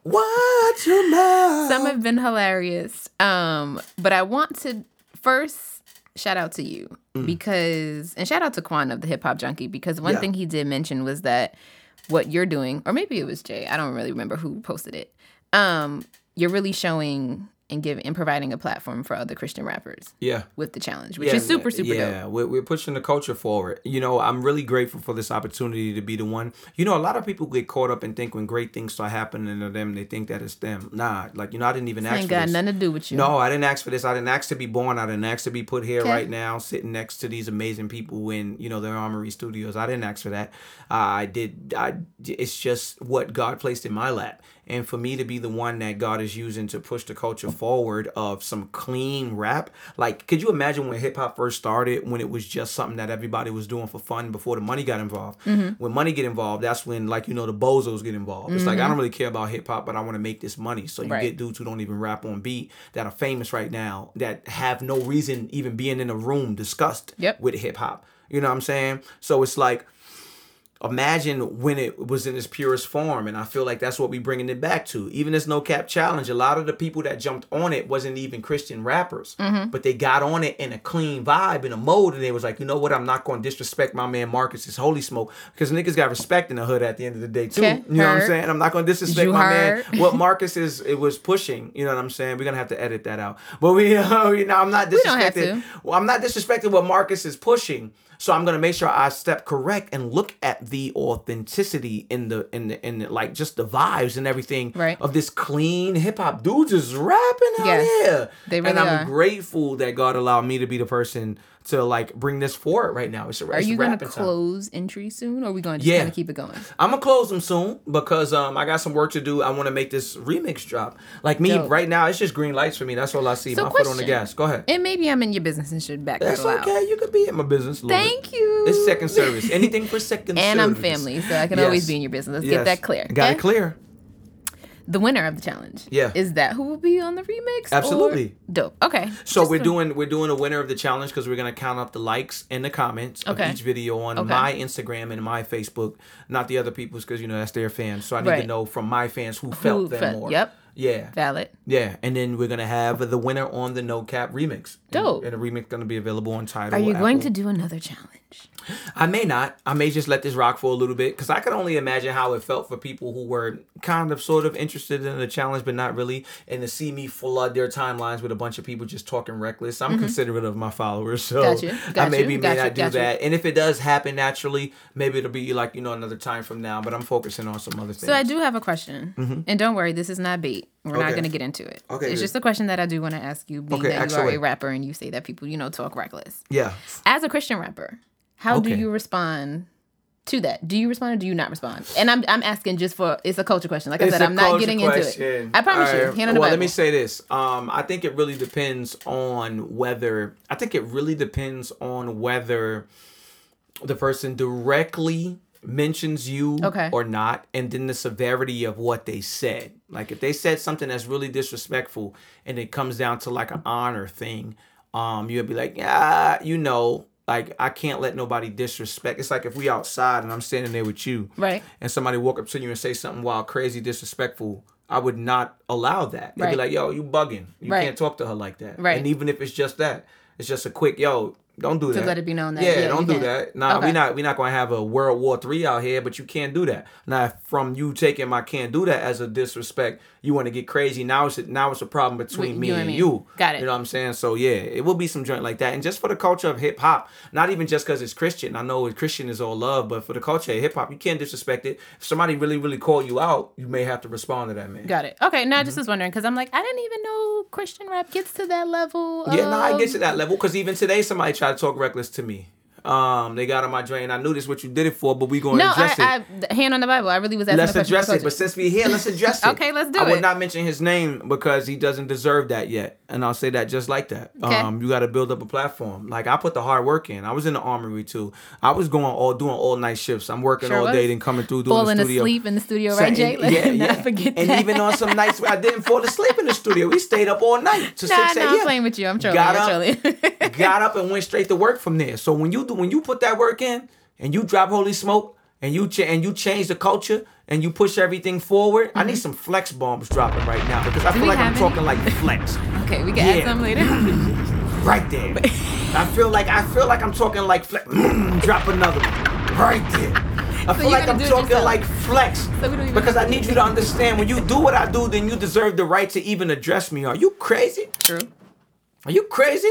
[SPEAKER 2] Watch your mouth.
[SPEAKER 4] some have been hilarious. Um, but I want to first shout out to you because, and shout out to Quan of the Hip Hop Junkie because one
[SPEAKER 2] Mm. Yeah.
[SPEAKER 4] thing he did mention was that what you're doing, or maybe it was Jay, I don't really remember who posted it. Um, you're really showing and giving and providing a platform for other Christian rappers
[SPEAKER 2] yeah.
[SPEAKER 4] with the challenge, which
[SPEAKER 2] Yeah,
[SPEAKER 4] is super super
[SPEAKER 2] yeah,
[SPEAKER 4] dope.
[SPEAKER 2] we're, we're pushing the culture forward. You know, I'm really grateful for this opportunity to be the one. You know, a lot of people get caught up and think when great things start happening to them, they think that it's them. Nah, like you know, I didn't even ask
[SPEAKER 4] Ain't
[SPEAKER 2] for
[SPEAKER 4] got
[SPEAKER 2] this.
[SPEAKER 4] nothing to do with you.
[SPEAKER 2] No, I didn't ask for this. I didn't ask to be born. I didn't ask to be put here
[SPEAKER 4] Okay.
[SPEAKER 2] right now, sitting next to these amazing people in you know their Armory Studios. I didn't ask for that. I did. I. It's just what God placed in my lap, and for me to be the one that God is using to push the culture forward of some clean rap. Like, could you imagine when hip hop first started, when it was just something that everybody was doing for fun before the money got involved?
[SPEAKER 4] Mm-hmm.
[SPEAKER 2] When money get involved, that's when like you know the bozos get involved. It's like I don't really care about hip hop, but I want to make this money. So you
[SPEAKER 4] Mm-hmm. Right.
[SPEAKER 2] get dudes who don't even rap on beat that are famous right now that have no reason even being in a room discussed
[SPEAKER 4] Yep.
[SPEAKER 2] with hip hop. You know what I'm saying? So it's like imagine when it was in its purest form and i feel like that's what we're bringing it back to even this no cap challenge a lot of the people that jumped on it wasn't even christian rappers
[SPEAKER 4] Mm-hmm.
[SPEAKER 2] but they got on it in a clean vibe in a mode and they was like you know what i'm not going to disrespect my man marcus's holy smoke because niggas got respect in the hood at the end of the day too
[SPEAKER 4] Okay,
[SPEAKER 2] you know what i'm
[SPEAKER 4] heard.
[SPEAKER 2] saying i'm not going to disrespect
[SPEAKER 4] You
[SPEAKER 2] my
[SPEAKER 4] heard.
[SPEAKER 2] man what marcus is it was pushing you know what i'm saying we're going to have to edit that out but we <laughs> you know i'm not disrespecting
[SPEAKER 4] don't have to.
[SPEAKER 2] well, I'm not disrespecting what Marcus is pushing, so I'm gonna make sure I step correct and look at the authenticity in the in the in the, like just the vibes and everything
[SPEAKER 4] Right.
[SPEAKER 2] of this clean hip hop dudes is rapping out
[SPEAKER 4] Yes,
[SPEAKER 2] here.
[SPEAKER 4] they
[SPEAKER 2] and
[SPEAKER 4] really
[SPEAKER 2] I'm
[SPEAKER 4] are.
[SPEAKER 2] grateful that God allowed me to be the person to like bring this forward right now. It's a
[SPEAKER 4] Are
[SPEAKER 2] it's
[SPEAKER 4] you gonna
[SPEAKER 2] rapping time.
[SPEAKER 4] close entry soon, or are we gonna just
[SPEAKER 2] Yeah.
[SPEAKER 4] kind of keep it going?
[SPEAKER 2] I'm gonna close them soon because um I got some work to do. I want to make this remix drop. Like me
[SPEAKER 4] Dope.
[SPEAKER 2] right now, it's just green lights for me. That's all I see.
[SPEAKER 4] So
[SPEAKER 2] My foot on the
[SPEAKER 4] question.
[SPEAKER 2] gas. Go ahead.
[SPEAKER 4] And maybe I'm in your business and should back
[SPEAKER 2] That's
[SPEAKER 4] that out.
[SPEAKER 2] okay. You could be in my business. a little bit.
[SPEAKER 4] Thank you.
[SPEAKER 2] It's second service. Anything for second
[SPEAKER 4] <laughs> and I'm
[SPEAKER 2] service.
[SPEAKER 4] family, so I can always be in your business. Let's get
[SPEAKER 2] Yes.
[SPEAKER 4] that clear.
[SPEAKER 2] Got
[SPEAKER 4] okay?
[SPEAKER 2] it clear.
[SPEAKER 4] The winner of the challenge.
[SPEAKER 2] Yeah.
[SPEAKER 4] Is that who will be on the remix? or-
[SPEAKER 2] Absolutely.
[SPEAKER 4] Dope. Okay.
[SPEAKER 2] So
[SPEAKER 4] Just
[SPEAKER 2] we're
[SPEAKER 4] the-
[SPEAKER 2] doing we're doing a winner of the challenge because we're gonna count up the likes and the comments
[SPEAKER 4] Okay.
[SPEAKER 2] of each video on
[SPEAKER 4] Okay.
[SPEAKER 2] my Instagram and my Facebook, not the other people's because you know that's their fans. So I need
[SPEAKER 4] Right.
[SPEAKER 2] to know from my fans who felt them
[SPEAKER 4] felt-
[SPEAKER 2] more.
[SPEAKER 4] yep.
[SPEAKER 2] Yeah.
[SPEAKER 4] Valid.
[SPEAKER 2] Yeah, and then we're gonna have the winner on the No Cap remix. And-
[SPEAKER 4] Dope.
[SPEAKER 2] And, the remix gonna be available on Tidal.
[SPEAKER 4] Are you going to
[SPEAKER 2] Oh, Apple.
[SPEAKER 4] do another challenge?
[SPEAKER 2] I may not. I may just let this rock for a little bit because I can only imagine how it felt for people who were kind of, sort of interested in the challenge, but not really. And to see me flood their timelines with a bunch of people just talking reckless,
[SPEAKER 4] Mm-hmm.
[SPEAKER 2] I'm considerate of my followers. So <laughs>
[SPEAKER 4] Got you,
[SPEAKER 2] I
[SPEAKER 4] got
[SPEAKER 2] maybe
[SPEAKER 4] you,
[SPEAKER 2] may
[SPEAKER 4] got you,
[SPEAKER 2] not do
[SPEAKER 4] got you.
[SPEAKER 2] that. And if it does happen naturally, maybe it'll be like you know another time from now. But I'm focusing on some other things.
[SPEAKER 4] So I do have a question, and don't worry, this is not bait. We're not
[SPEAKER 2] Mm-hmm. Okay.
[SPEAKER 4] going to get into it.
[SPEAKER 2] Okay,
[SPEAKER 4] it's
[SPEAKER 2] good.
[SPEAKER 4] just a question that I do want to ask you, being
[SPEAKER 2] Okay,
[SPEAKER 4] that you are
[SPEAKER 2] excellent.
[SPEAKER 4] a rapper and you say that people, you know, talk reckless.
[SPEAKER 2] yeah.
[SPEAKER 4] As a Christian rapper, how do
[SPEAKER 2] Okay.
[SPEAKER 4] you respond to that? Do you respond or do you not respond? And I'm I'm asking just for it's a culture question. Like I
[SPEAKER 2] It's
[SPEAKER 4] said,
[SPEAKER 2] a
[SPEAKER 4] I'm not
[SPEAKER 2] culture
[SPEAKER 4] getting into it.
[SPEAKER 2] question.
[SPEAKER 4] I promise
[SPEAKER 2] All
[SPEAKER 4] you.
[SPEAKER 2] right.
[SPEAKER 4] Hand on the
[SPEAKER 2] well, let
[SPEAKER 4] Bible.
[SPEAKER 2] me say this. Um, I think it really depends on whether. I think it really depends on whether the person directly mentions you
[SPEAKER 4] Okay.
[SPEAKER 2] or not, and then the severity of what they said. Like if they said something that's really disrespectful, and it comes down to like an honor thing, um, you'll be like, yeah, you know. Like I can't let nobody disrespect. It's like if we outside and I'm standing there with you,
[SPEAKER 4] Right.
[SPEAKER 2] and somebody walk up to you and say something wild, crazy, disrespectful, I would not allow that. They'd be
[SPEAKER 4] Right.
[SPEAKER 2] like, "Yo, you bugging. You
[SPEAKER 4] Right.
[SPEAKER 2] can't talk to her like that."
[SPEAKER 4] Right.
[SPEAKER 2] And even if it's just that, it's just a quick, "Yo, don't do that."
[SPEAKER 4] let it be known that,
[SPEAKER 2] yeah,
[SPEAKER 4] yeah,
[SPEAKER 2] don't
[SPEAKER 4] you
[SPEAKER 2] do
[SPEAKER 4] can't.
[SPEAKER 2] that. Nah,
[SPEAKER 4] Okay.
[SPEAKER 2] we not we not gonna have a World War Three out here, but you can't do that. Now, if from you taking my can't do that as a disrespect, you want to get crazy. Now it's a, now it's a problem between
[SPEAKER 4] With
[SPEAKER 2] me
[SPEAKER 4] you
[SPEAKER 2] and,
[SPEAKER 4] and me.
[SPEAKER 2] you.
[SPEAKER 4] Got it.
[SPEAKER 2] You know what I'm saying? So yeah, it will be some joint like that, and just for the culture of hip hop, not even just because it's Christian. I know Christian is all love, but for the culture of hip hop, you can't disrespect it. If somebody really really call you out, you may have to respond to that man.
[SPEAKER 4] Got it. Okay, no, I
[SPEAKER 2] Mm-hmm.
[SPEAKER 4] just was wondering because I'm like, I didn't even know Christian rap gets to that level.
[SPEAKER 2] Yeah, no, I
[SPEAKER 4] of-
[SPEAKER 2] get to that level because even today somebody tried to talk reckless to me. Um, they got on my drain. I knew this what you did it for, but we going to
[SPEAKER 4] No,
[SPEAKER 2] address it.
[SPEAKER 4] I, I hand on the Bible. I really was asking
[SPEAKER 2] let's
[SPEAKER 4] the question.
[SPEAKER 2] address
[SPEAKER 4] about
[SPEAKER 2] it. But
[SPEAKER 4] culture.
[SPEAKER 2] since we're here, let's
[SPEAKER 4] <laughs>
[SPEAKER 2] address it.
[SPEAKER 4] Okay, let's do
[SPEAKER 2] I
[SPEAKER 4] it.
[SPEAKER 2] would not mention his name because he doesn't deserve that yet, and I'll say that just like that.
[SPEAKER 4] Okay.
[SPEAKER 2] Um, you got to build up a platform. Like I put the hard work in. I was in the armory too. I was going all doing all night shifts. I'm working
[SPEAKER 4] Sure
[SPEAKER 2] all
[SPEAKER 4] was.
[SPEAKER 2] day, then coming through doing
[SPEAKER 4] falling
[SPEAKER 2] the studio.
[SPEAKER 4] asleep in the studio, right, Jay? <laughs> Let's
[SPEAKER 2] yeah,
[SPEAKER 4] not
[SPEAKER 2] yeah.
[SPEAKER 4] forget
[SPEAKER 2] and
[SPEAKER 4] that.
[SPEAKER 2] even on some nights where I didn't fall asleep in the studio, we stayed up all night to
[SPEAKER 4] <laughs> nah,
[SPEAKER 2] six
[SPEAKER 4] nah,
[SPEAKER 2] a.m.
[SPEAKER 4] I'm playing with you. I'm trolling.
[SPEAKER 2] Got
[SPEAKER 4] I'm
[SPEAKER 2] up.
[SPEAKER 4] trolling. <laughs>
[SPEAKER 2] got up and went straight to work from there. So when you do, when you put that work in and you drop holy smoke and you cha- and you change the culture and you push everything forward, I need some flex bombs dropping right now because I feel
[SPEAKER 4] Mm-hmm. we
[SPEAKER 2] like I'm
[SPEAKER 4] have any?
[SPEAKER 2] talking like flex
[SPEAKER 4] okay, we can add
[SPEAKER 2] Yeah.
[SPEAKER 4] some
[SPEAKER 2] <laughs>
[SPEAKER 4] later.
[SPEAKER 2] right there. I feel like I feel like I'm talking like flex. Mm, drop another one right there.
[SPEAKER 4] <laughs>
[SPEAKER 2] I feel
[SPEAKER 4] you
[SPEAKER 2] like
[SPEAKER 4] gotta
[SPEAKER 2] I'm
[SPEAKER 4] do it
[SPEAKER 2] talking
[SPEAKER 4] yourself.
[SPEAKER 2] like flex
[SPEAKER 4] we don't even
[SPEAKER 2] because I
[SPEAKER 4] have to
[SPEAKER 2] need
[SPEAKER 4] do
[SPEAKER 2] you
[SPEAKER 4] it.
[SPEAKER 2] to understand when you do what I do, then you deserve the right to even address me. Are you crazy?
[SPEAKER 4] True.
[SPEAKER 2] Are you crazy?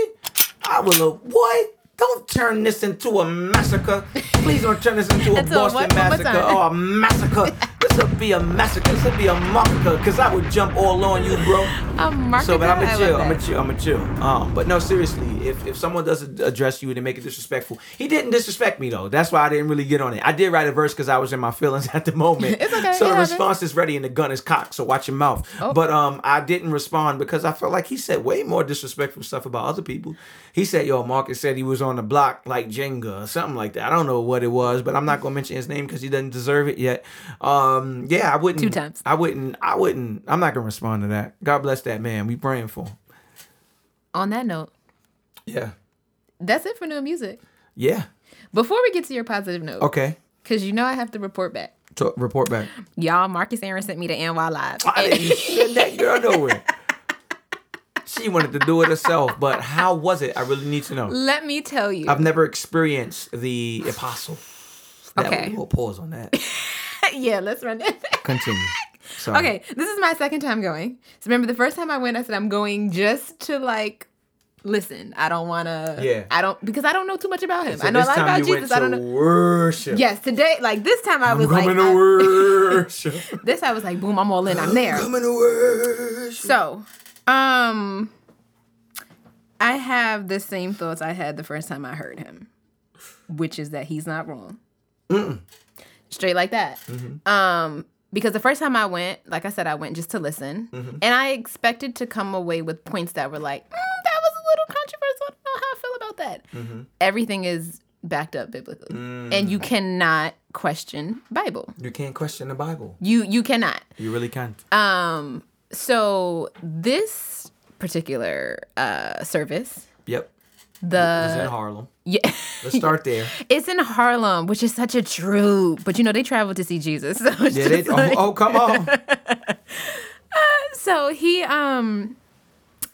[SPEAKER 2] I will. What? Don't turn this into a massacre. Please don't turn this into a
[SPEAKER 4] <laughs> Into a
[SPEAKER 2] Boston
[SPEAKER 4] what? One more
[SPEAKER 2] massacre
[SPEAKER 4] time.
[SPEAKER 2] or a massacre. this will be a massacre. This will be a massacre because I would jump all on you, bro.
[SPEAKER 4] I'm marking
[SPEAKER 2] So, but I'm
[SPEAKER 4] that. I
[SPEAKER 2] a
[SPEAKER 4] love
[SPEAKER 2] chill. I'm a
[SPEAKER 4] that.
[SPEAKER 2] chill. I'm a chill. Um, but no, seriously, if, if someone doesn't address you and they make it disrespectful, he didn't disrespect me though. That's why I didn't really get on it. I did write a verse because I was in my feelings <laughs> at the moment.
[SPEAKER 4] <laughs> It's okay,
[SPEAKER 2] So
[SPEAKER 4] it
[SPEAKER 2] the
[SPEAKER 4] happens.
[SPEAKER 2] response is ready and the gun is cocked. So watch your mouth.
[SPEAKER 4] Oh.
[SPEAKER 2] But um, I didn't respond because I felt like he said way more disrespectful stuff about other people. He said, "Yo, Marcus said he was on the block like Jenga or something like that. I don't know what it was, but I'm not gonna mention his name because he doesn't deserve it yet. Um, yeah, I wouldn't.
[SPEAKER 4] Two times.
[SPEAKER 2] I wouldn't. I wouldn't. I'm not gonna respond to that. God bless that man. We praying for him.
[SPEAKER 4] On that note,
[SPEAKER 2] Yeah.
[SPEAKER 4] that's it for new music.
[SPEAKER 2] Yeah.
[SPEAKER 4] Before we get to your positive note,
[SPEAKER 2] Okay.
[SPEAKER 4] because you know I have to report back.
[SPEAKER 2] So report back.
[SPEAKER 4] Y'all, Marcus Aaron sent me to NY Live.
[SPEAKER 2] I didn't send that girl nowhere. She wanted to do it herself, but how was it? I really need to know.
[SPEAKER 4] Let me tell you.
[SPEAKER 2] I've never experienced the apostle. That-
[SPEAKER 4] Okay.
[SPEAKER 2] We'll pause on that.
[SPEAKER 4] <laughs> yeah, let's run that back. <laughs>
[SPEAKER 2] Continue. Sorry.
[SPEAKER 4] Okay, this is my second time going. So remember the first time I went, I said I'm going just to like listen. I don't wanna
[SPEAKER 2] Yeah.
[SPEAKER 4] I don't because I don't know too much about him.
[SPEAKER 2] So
[SPEAKER 4] I know a
[SPEAKER 2] this
[SPEAKER 4] lot
[SPEAKER 2] time
[SPEAKER 4] about
[SPEAKER 2] you
[SPEAKER 4] Jesus.
[SPEAKER 2] went
[SPEAKER 4] I
[SPEAKER 2] to
[SPEAKER 4] don't know.
[SPEAKER 2] worship.
[SPEAKER 4] Yes, today like this time I
[SPEAKER 2] I'm
[SPEAKER 4] was like
[SPEAKER 2] coming
[SPEAKER 4] I-
[SPEAKER 2] to worship.
[SPEAKER 4] <laughs> this I was like boom, I'm all in, I'm there.
[SPEAKER 2] coming to worship.
[SPEAKER 4] So, um I have the same thoughts I had the first time I heard him, which is that he's not wrong. Straight like that. Um because the first time I went, like I said, I went just to listen, and I expected to come away with points that were like, "Mm, "That was a little controversial. I don't know how I feel about that." Everything is backed up biblically, and you cannot question Bible.
[SPEAKER 2] You can't question the Bible.
[SPEAKER 4] You you cannot.
[SPEAKER 2] You really can't.
[SPEAKER 4] Um, so this particular uh service,
[SPEAKER 2] yep. It's in
[SPEAKER 4] the
[SPEAKER 2] Harlem.
[SPEAKER 4] <laughs> yeah, <laughs>
[SPEAKER 2] Let's start there.
[SPEAKER 4] it's in Harlem, which is such a
[SPEAKER 2] Oh,
[SPEAKER 4] true. But you know they traveled to see Jesus. So it's <laughs>
[SPEAKER 2] Yeah, they,
[SPEAKER 4] just like-
[SPEAKER 2] oh, oh, come on.
[SPEAKER 4] So he um,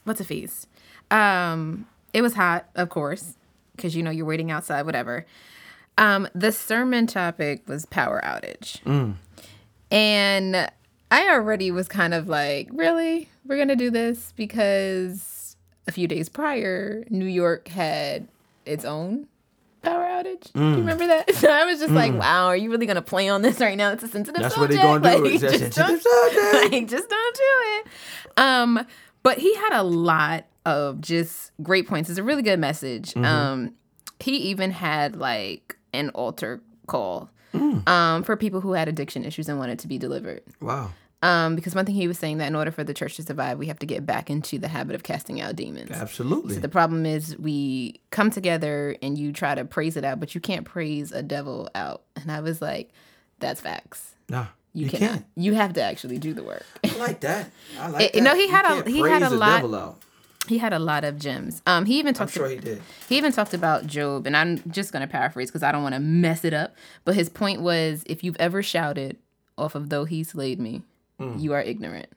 [SPEAKER 4] what's a feast? Um, it was hot, of course, because you know you're waiting outside, whatever. Um, the sermon topic was power outage,
[SPEAKER 2] Mm.
[SPEAKER 4] and I already was kind of like, really, we're gonna do this because a few days prior, New York had its own power outage.
[SPEAKER 2] Mm.
[SPEAKER 4] Do you remember that? <laughs> So I was just like, wow, are you really gonna play on this right now? It's a sensitive
[SPEAKER 2] That's what
[SPEAKER 4] subject.
[SPEAKER 2] they gonna do. It's
[SPEAKER 4] Like,
[SPEAKER 2] a
[SPEAKER 4] <laughs> just don't-
[SPEAKER 2] sensitive subject.
[SPEAKER 4] <laughs> like just don't do it um but he had a lot of just great points it's a really good message
[SPEAKER 2] Mm-hmm.
[SPEAKER 4] um he even had like an altar call
[SPEAKER 2] Mm.
[SPEAKER 4] um for people who had addiction issues and wanted to be delivered
[SPEAKER 2] Wow.
[SPEAKER 4] um because one thing he was saying that in order for the church to survive we have to get back into the habit of casting out demons
[SPEAKER 2] Absolutely.
[SPEAKER 4] the problem is we come together and you try to praise it out but you can't praise a devil out and i was like that's facts
[SPEAKER 2] Nah.
[SPEAKER 4] you,
[SPEAKER 2] You,
[SPEAKER 4] cannot.
[SPEAKER 2] can't.
[SPEAKER 4] you have to actually do the work <laughs>
[SPEAKER 2] I like that. I like
[SPEAKER 4] It- Eh, no, he had a- he had a
[SPEAKER 2] the
[SPEAKER 4] lot-
[SPEAKER 2] devil out.
[SPEAKER 4] He had a lot of gems. Um, he even
[SPEAKER 2] I'm
[SPEAKER 4] talked.
[SPEAKER 2] sure
[SPEAKER 4] he,
[SPEAKER 2] he did.
[SPEAKER 4] even talked about Job, and I'm just gonna paraphrase because I don't want to mess it up. But his point was, if you've ever shouted off of "Though He slayed me,"
[SPEAKER 2] Mm.
[SPEAKER 4] you are ignorant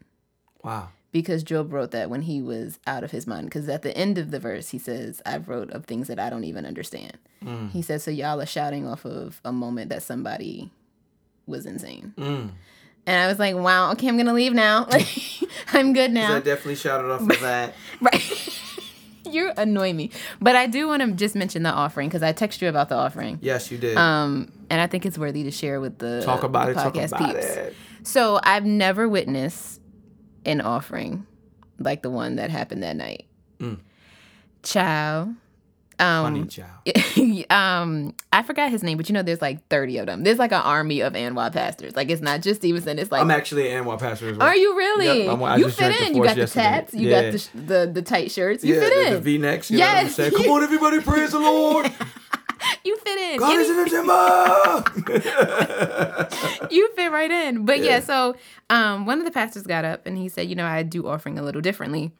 [SPEAKER 2] Wow.
[SPEAKER 4] because Job wrote that when he was out of his mind. Because at the end of the verse, he says, "I've wrote of things that I don't even understand."
[SPEAKER 2] Mm.
[SPEAKER 4] He says, "So y'all are shouting off of a moment that somebody was insane."
[SPEAKER 2] Mm.
[SPEAKER 4] And I was like, "Wow, okay, I'm gonna leave now. <laughs> Like, I'm good now."
[SPEAKER 2] I definitely shouted off
[SPEAKER 4] <laughs>
[SPEAKER 2] of that.
[SPEAKER 4] Right. <laughs> you annoy me. But I do want to just mention the offering because I text you about the offering.
[SPEAKER 2] Yes, you did.
[SPEAKER 4] Um, and I think it's worthy to share with the
[SPEAKER 2] talk about
[SPEAKER 4] the
[SPEAKER 2] it. Talk
[SPEAKER 4] podcast
[SPEAKER 2] about
[SPEAKER 4] peeps.
[SPEAKER 2] it.
[SPEAKER 4] So I've never witnessed an offering like the one that happened that night.
[SPEAKER 2] Mm.
[SPEAKER 4] Ciao.
[SPEAKER 2] Funny child.
[SPEAKER 4] <laughs> um, I forgot his name, but you know, there's like 30 of them. There's like an army of NY pastors. Like it's not just Stevenson. It's like
[SPEAKER 2] I'm actually an NY pastor as well.
[SPEAKER 4] are you really?
[SPEAKER 2] Yep, I'm- I
[SPEAKER 4] you
[SPEAKER 2] just
[SPEAKER 4] fit
[SPEAKER 2] drank the
[SPEAKER 4] in. You
[SPEAKER 2] force
[SPEAKER 4] got the
[SPEAKER 2] yesterday.
[SPEAKER 4] tats. You
[SPEAKER 2] Yeah.
[SPEAKER 4] got the, sh- the the tight shirts. You
[SPEAKER 2] Yeah,
[SPEAKER 4] fit
[SPEAKER 2] the,
[SPEAKER 4] in.
[SPEAKER 2] the V-necks. You know
[SPEAKER 4] Yes.
[SPEAKER 2] what I'm saying? Come on, everybody, praise the
[SPEAKER 4] <laughs>
[SPEAKER 2] Lord.
[SPEAKER 4] you fit in.
[SPEAKER 2] God
[SPEAKER 4] Any-
[SPEAKER 2] is in the temple.
[SPEAKER 4] you fit right in. But yeah, so um, one of the pastors got up and he said, you know, I do offering a little differently.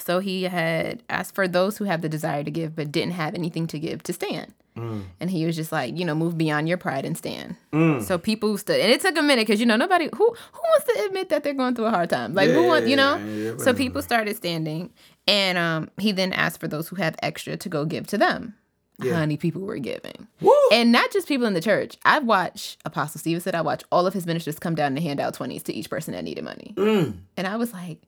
[SPEAKER 4] So he had asked for those who have the desire to give but didn't have anything to give to stand.
[SPEAKER 2] Mm.
[SPEAKER 4] And he was just like, you know, move beyond your pride and stand. So people stood, and it took a minute because you know nobody who who wants to admit that they're going through a hard time. Like who
[SPEAKER 2] Yeah,
[SPEAKER 4] wants, you know?
[SPEAKER 2] yeah, yeah,
[SPEAKER 4] so people started standing, and um, he then asked for those who have extra to go give to them. Honey, people were giving.
[SPEAKER 2] Woo!
[SPEAKER 4] <laughs> And not just people in the church. I watch Apostle Stevenson. I watch all of his ministers come down and hand out twenties to each person that needed money. And I was like,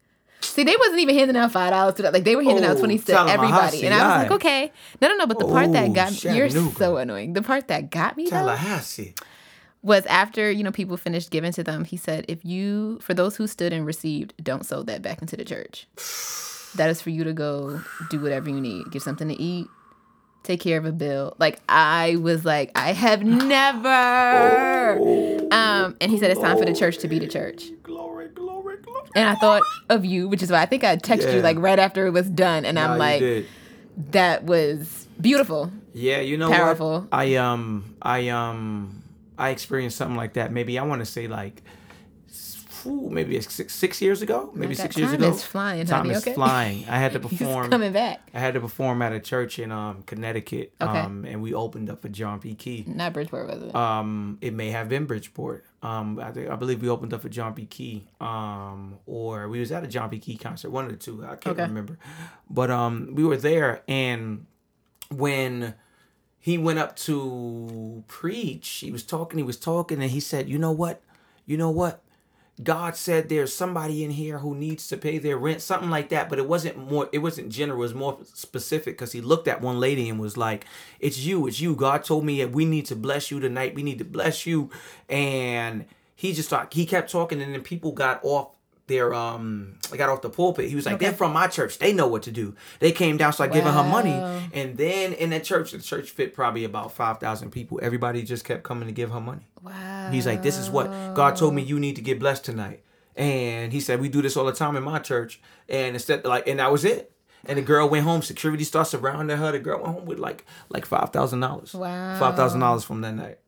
[SPEAKER 4] see, they wasn't even handing out five dollars to that. Like they were handing out
[SPEAKER 2] Oh,
[SPEAKER 4] twenties to
[SPEAKER 2] tell 'em I
[SPEAKER 4] everybody.
[SPEAKER 2] see
[SPEAKER 4] And I was like,
[SPEAKER 2] eye.
[SPEAKER 4] okay, no, no, no. But the part that
[SPEAKER 2] Oh,
[SPEAKER 4] got me, you're
[SPEAKER 2] Chattanooga.
[SPEAKER 4] so annoying. The part that got me though
[SPEAKER 2] Tallahassee.
[SPEAKER 4] was after you know people finished giving to them. He said, if you for those who stood and received, don't sow that back into the church. That is for you to go do whatever you need. Get something to eat. Take care of a bill. Like I was like, I have never.
[SPEAKER 2] Oh.
[SPEAKER 4] um, and he said it's time for the church to be the church.
[SPEAKER 2] Glory, glory, glory.
[SPEAKER 4] And I thought of you, which is why I think I texted you
[SPEAKER 2] Yeah.
[SPEAKER 4] like right after it was done, and
[SPEAKER 2] Nah,
[SPEAKER 4] I'm
[SPEAKER 2] you
[SPEAKER 4] like,
[SPEAKER 2] did.
[SPEAKER 4] that was beautiful. <laughs>
[SPEAKER 2] Yeah, you know
[SPEAKER 4] Powerful.
[SPEAKER 2] what? I um I um I experienced something like that. Maybe I want to say like s- ooh, maybe six, six years ago, maybe
[SPEAKER 4] God,
[SPEAKER 2] six years
[SPEAKER 4] time
[SPEAKER 2] ago.
[SPEAKER 4] is flying,
[SPEAKER 2] Time
[SPEAKER 4] honey,
[SPEAKER 2] is
[SPEAKER 4] okay?
[SPEAKER 2] flying. I had to
[SPEAKER 4] <laughs> He's
[SPEAKER 2] perform.
[SPEAKER 4] coming back,
[SPEAKER 2] I had to perform at a church in um Connecticut.
[SPEAKER 4] Okay.
[SPEAKER 2] Um, and we opened up for John P. Key.
[SPEAKER 4] not Bridgeport, was it?
[SPEAKER 2] Um, it may have been Bridgeport. Um, I think I believe we opened up for John P. Key. Um, or we was at a John P. Key concert, one of the two. I can't
[SPEAKER 4] Okay.
[SPEAKER 2] remember. But um, we were there, and when he went up to preach, he was talking, he was talking, and he said, "You know what? You know what? God said there's somebody in here who needs to pay their rent, something like that. But it wasn't more, it wasn't general, it was more specific because he looked at one lady and was like, It's you, it's you. God told me that we need to bless you tonight. We need to bless you. And he just like he kept talking, and then people got off their um they got off the pulpit. He was like, They're from my church. They know what to do. They came down, started giving her
[SPEAKER 4] Wow.
[SPEAKER 2] money. And then in that church, the church fit probably about five thousand people. Everybody just kept coming to give her money.
[SPEAKER 4] Wow.
[SPEAKER 2] He's like, this is what God told me you need to get blessed tonight. And he said, we do this all the time in my church. And instead, like, and that was it. And the girl went home. Security starts surrounding her. The girl went home with like, like five thousand dollars.
[SPEAKER 4] Wow.
[SPEAKER 2] Five thousand dollars from that night.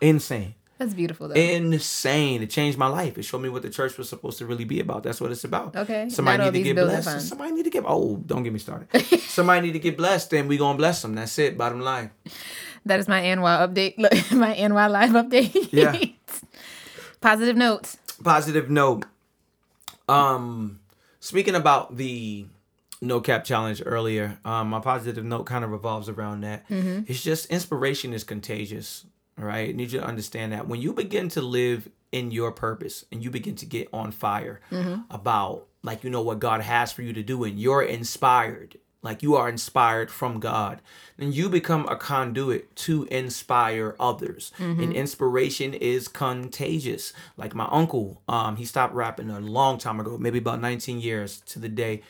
[SPEAKER 2] Insane.
[SPEAKER 4] That's beautiful though.
[SPEAKER 2] Insane. It changed my life. It showed me what the church was supposed to really be about. That's what it's about.
[SPEAKER 4] Okay.
[SPEAKER 2] Somebody
[SPEAKER 4] Not all
[SPEAKER 2] need to
[SPEAKER 4] these
[SPEAKER 2] get
[SPEAKER 4] building
[SPEAKER 2] blessed.
[SPEAKER 4] funds.
[SPEAKER 2] Somebody need to get. Oh, don't get me started. Somebody need to get blessed. Then we gonna bless them. That's it. Bottom line.
[SPEAKER 4] that is my NY update. <laughs> Look, my NY live update.
[SPEAKER 2] Yeah.
[SPEAKER 4] <laughs> Positive notes. <laughs>
[SPEAKER 2] Positive note. Um, speaking about the no cap challenge earlier, um, my positive note kind of revolves around that. It's just inspiration is contagious. All right, I need you to understand that when you begin to live in your purpose and you begin to get on fire about like you know what God has for you to do, and you're inspired. Like you are inspired from God, then you become a conduit to inspire others. And inspiration is contagious. Like my uncle, um, he stopped rapping a long time ago, maybe about 19 years to the day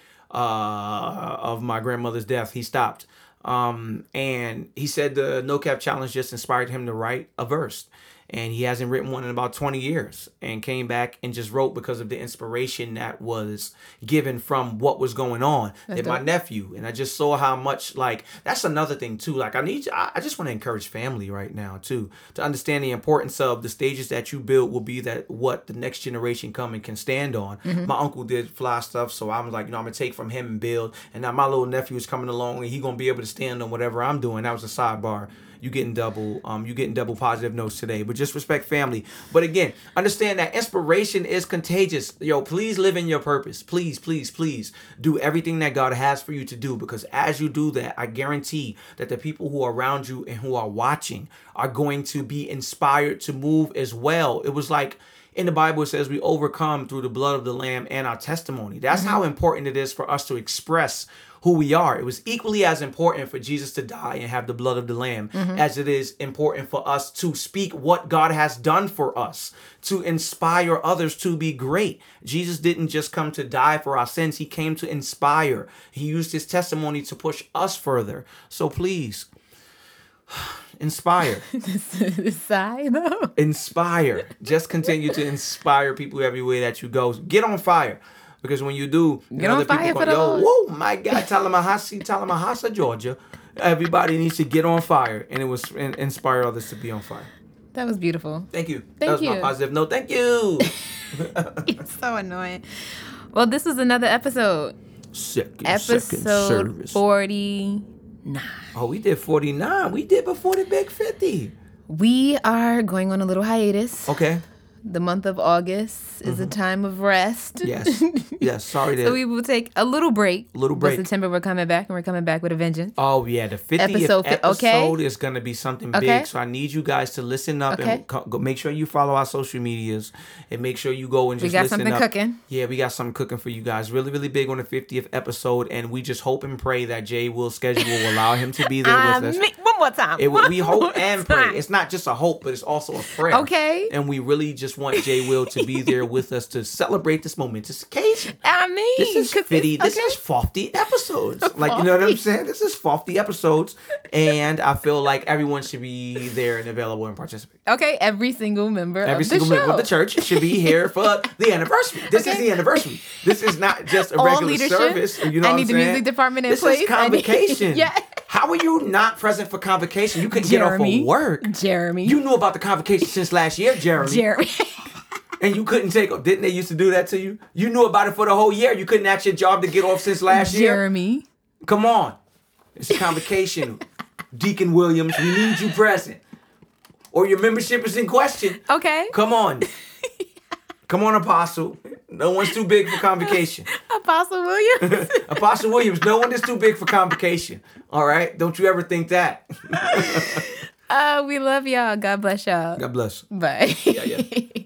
[SPEAKER 2] uh, of my grandmother's death. He stopped. Um, and he said the No Cap Challenge just inspired him to write a verse. And he hasn't written one in about 20 years and came back and just wrote because of the inspiration that was given from what was going on. That my nephew, and I just saw how much, like, that's another thing too. Like, I need, I, I just want to encourage family right now too to understand the importance of the stages that you build will be that what the next generation coming can stand on. My uncle did fly stuff, so I'm like, you know, I'm gonna take from him and build. And now my little nephew is coming along, and he gonna be able to stand on whatever I'm doing. That was a sidebar. You getting double, um, you getting double positive notes today. But just respect family. But again, understand that inspiration is contagious. Yo, please live in your purpose. Please, please, please do everything that God has for you to do. Because as you do that, I guarantee that the people who are around you and who are watching are going to be inspired to move as well. It was like in the Bible it says we overcome through the blood of the lamb and our testimony. That's how important it is for us to express who we are. It was equally as important for Jesus to die and have the blood of the lamb as it is important for us to speak what God has done for us, to inspire others to be great. Jesus didn't just come to die for our sins, he came to inspire. He used his testimony to push us further. So please <sighs> inspire
[SPEAKER 4] the sigh though.
[SPEAKER 2] inspire. Just continue to inspire people everywhere that you go. Get on fire. Because when you do, you
[SPEAKER 4] Get on fire for the Lord.
[SPEAKER 2] oh my God, Tallahassee, Tallahassee, Georgia. Everybody needs to get on fire, and it was and inspire others to be on fire.
[SPEAKER 4] That was beautiful.
[SPEAKER 2] Thank you. that
[SPEAKER 4] Thank
[SPEAKER 2] was my
[SPEAKER 4] you.
[SPEAKER 2] positive note. Thank
[SPEAKER 4] <laughs>
[SPEAKER 2] you.
[SPEAKER 4] You're <laughs> so annoying. Well, this was another episode.
[SPEAKER 2] second, second
[SPEAKER 4] Episode
[SPEAKER 2] service.
[SPEAKER 4] forty.
[SPEAKER 2] Oh, we did forty nine. We did before the big fifty.
[SPEAKER 4] We are going on a little hiatus.
[SPEAKER 2] Okay.
[SPEAKER 4] The month of August is a time of rest.
[SPEAKER 2] Mm-hmm.
[SPEAKER 4] <laughs>
[SPEAKER 2] Yes. yes. Sorry. That,
[SPEAKER 4] So we will take a little break.
[SPEAKER 2] Little
[SPEAKER 4] But
[SPEAKER 2] break.
[SPEAKER 4] September we're coming back and we're coming back with a vengeance.
[SPEAKER 2] Oh yeah, the 50th
[SPEAKER 4] Episode
[SPEAKER 2] episode,
[SPEAKER 4] fi- okay.
[SPEAKER 2] is going to be something
[SPEAKER 4] Okay.
[SPEAKER 2] big. So I need you guys to listen up
[SPEAKER 4] Okay.
[SPEAKER 2] and co- go, make sure you follow our social medias and make sure you go and just
[SPEAKER 4] got
[SPEAKER 2] listen
[SPEAKER 4] something
[SPEAKER 2] up.
[SPEAKER 4] cooking.
[SPEAKER 2] Yeah, we got something cooking for you guys. Really, really big on the 50th episode, and we just hope and pray that Jay will schedule will allow him to be there
[SPEAKER 4] <laughs> Um,
[SPEAKER 2] with us.
[SPEAKER 4] one more time.
[SPEAKER 2] It,
[SPEAKER 4] <laughs>
[SPEAKER 2] we
[SPEAKER 4] One
[SPEAKER 2] hope and
[SPEAKER 4] more
[SPEAKER 2] pray.
[SPEAKER 4] time.
[SPEAKER 2] It's not just a hope, but it's also a prayer.
[SPEAKER 4] Okay.
[SPEAKER 2] And we really just want Jay Will to be
[SPEAKER 4] <laughs>
[SPEAKER 2] there with us to celebrate this momentous occasion.
[SPEAKER 4] I mean,
[SPEAKER 2] This is
[SPEAKER 4] 'cause
[SPEAKER 2] fifty.
[SPEAKER 4] it's-
[SPEAKER 2] This
[SPEAKER 4] okay.
[SPEAKER 2] is fofty episodes. Like you know what I'm saying? This is fofty episodes, and I feel like everyone should be there and available and participate.
[SPEAKER 4] Okay, every single member
[SPEAKER 2] Every
[SPEAKER 4] of
[SPEAKER 2] single
[SPEAKER 4] Uh, the show.
[SPEAKER 2] member of the church should be
[SPEAKER 4] <laughs>
[SPEAKER 2] here for the anniversary. This is
[SPEAKER 4] Okay.
[SPEAKER 2] the anniversary. This is not just a
[SPEAKER 4] All
[SPEAKER 2] regular
[SPEAKER 4] leadership.
[SPEAKER 2] service. You know
[SPEAKER 4] I
[SPEAKER 2] what
[SPEAKER 4] need
[SPEAKER 2] I'm
[SPEAKER 4] the
[SPEAKER 2] saying?
[SPEAKER 4] music department in
[SPEAKER 2] this
[SPEAKER 4] place.
[SPEAKER 2] is
[SPEAKER 4] I need- <laughs>
[SPEAKER 2] convocation.
[SPEAKER 4] Yeah.
[SPEAKER 2] How are you not present for convocation? You couldn't get off
[SPEAKER 4] Jeremy.
[SPEAKER 2] of work.
[SPEAKER 4] Jeremy.
[SPEAKER 2] You knew about the convocation since last year, Jeremy.
[SPEAKER 4] Jeremy.
[SPEAKER 2] and you couldn't take off. Didn't they used to do that to you? You knew about it for the whole year. You couldn't ask your job to get off since <laughs> last year.
[SPEAKER 4] Jeremy.
[SPEAKER 2] Come on. It's a convocation. Deacon Williams, we need you present. Or your membership is in question.
[SPEAKER 4] Okay.
[SPEAKER 2] Come on. Come on, Apostle. No one's too big for convocation. <laughs>
[SPEAKER 4] Apostle Williams.
[SPEAKER 2] Apostle Williams, no one is too big for convocation. All right? Don't you ever think that.
[SPEAKER 4] uh, we love y'all. God bless y'all.
[SPEAKER 2] God bless.
[SPEAKER 4] Bye. <laughs>
[SPEAKER 2] Yeah, yeah.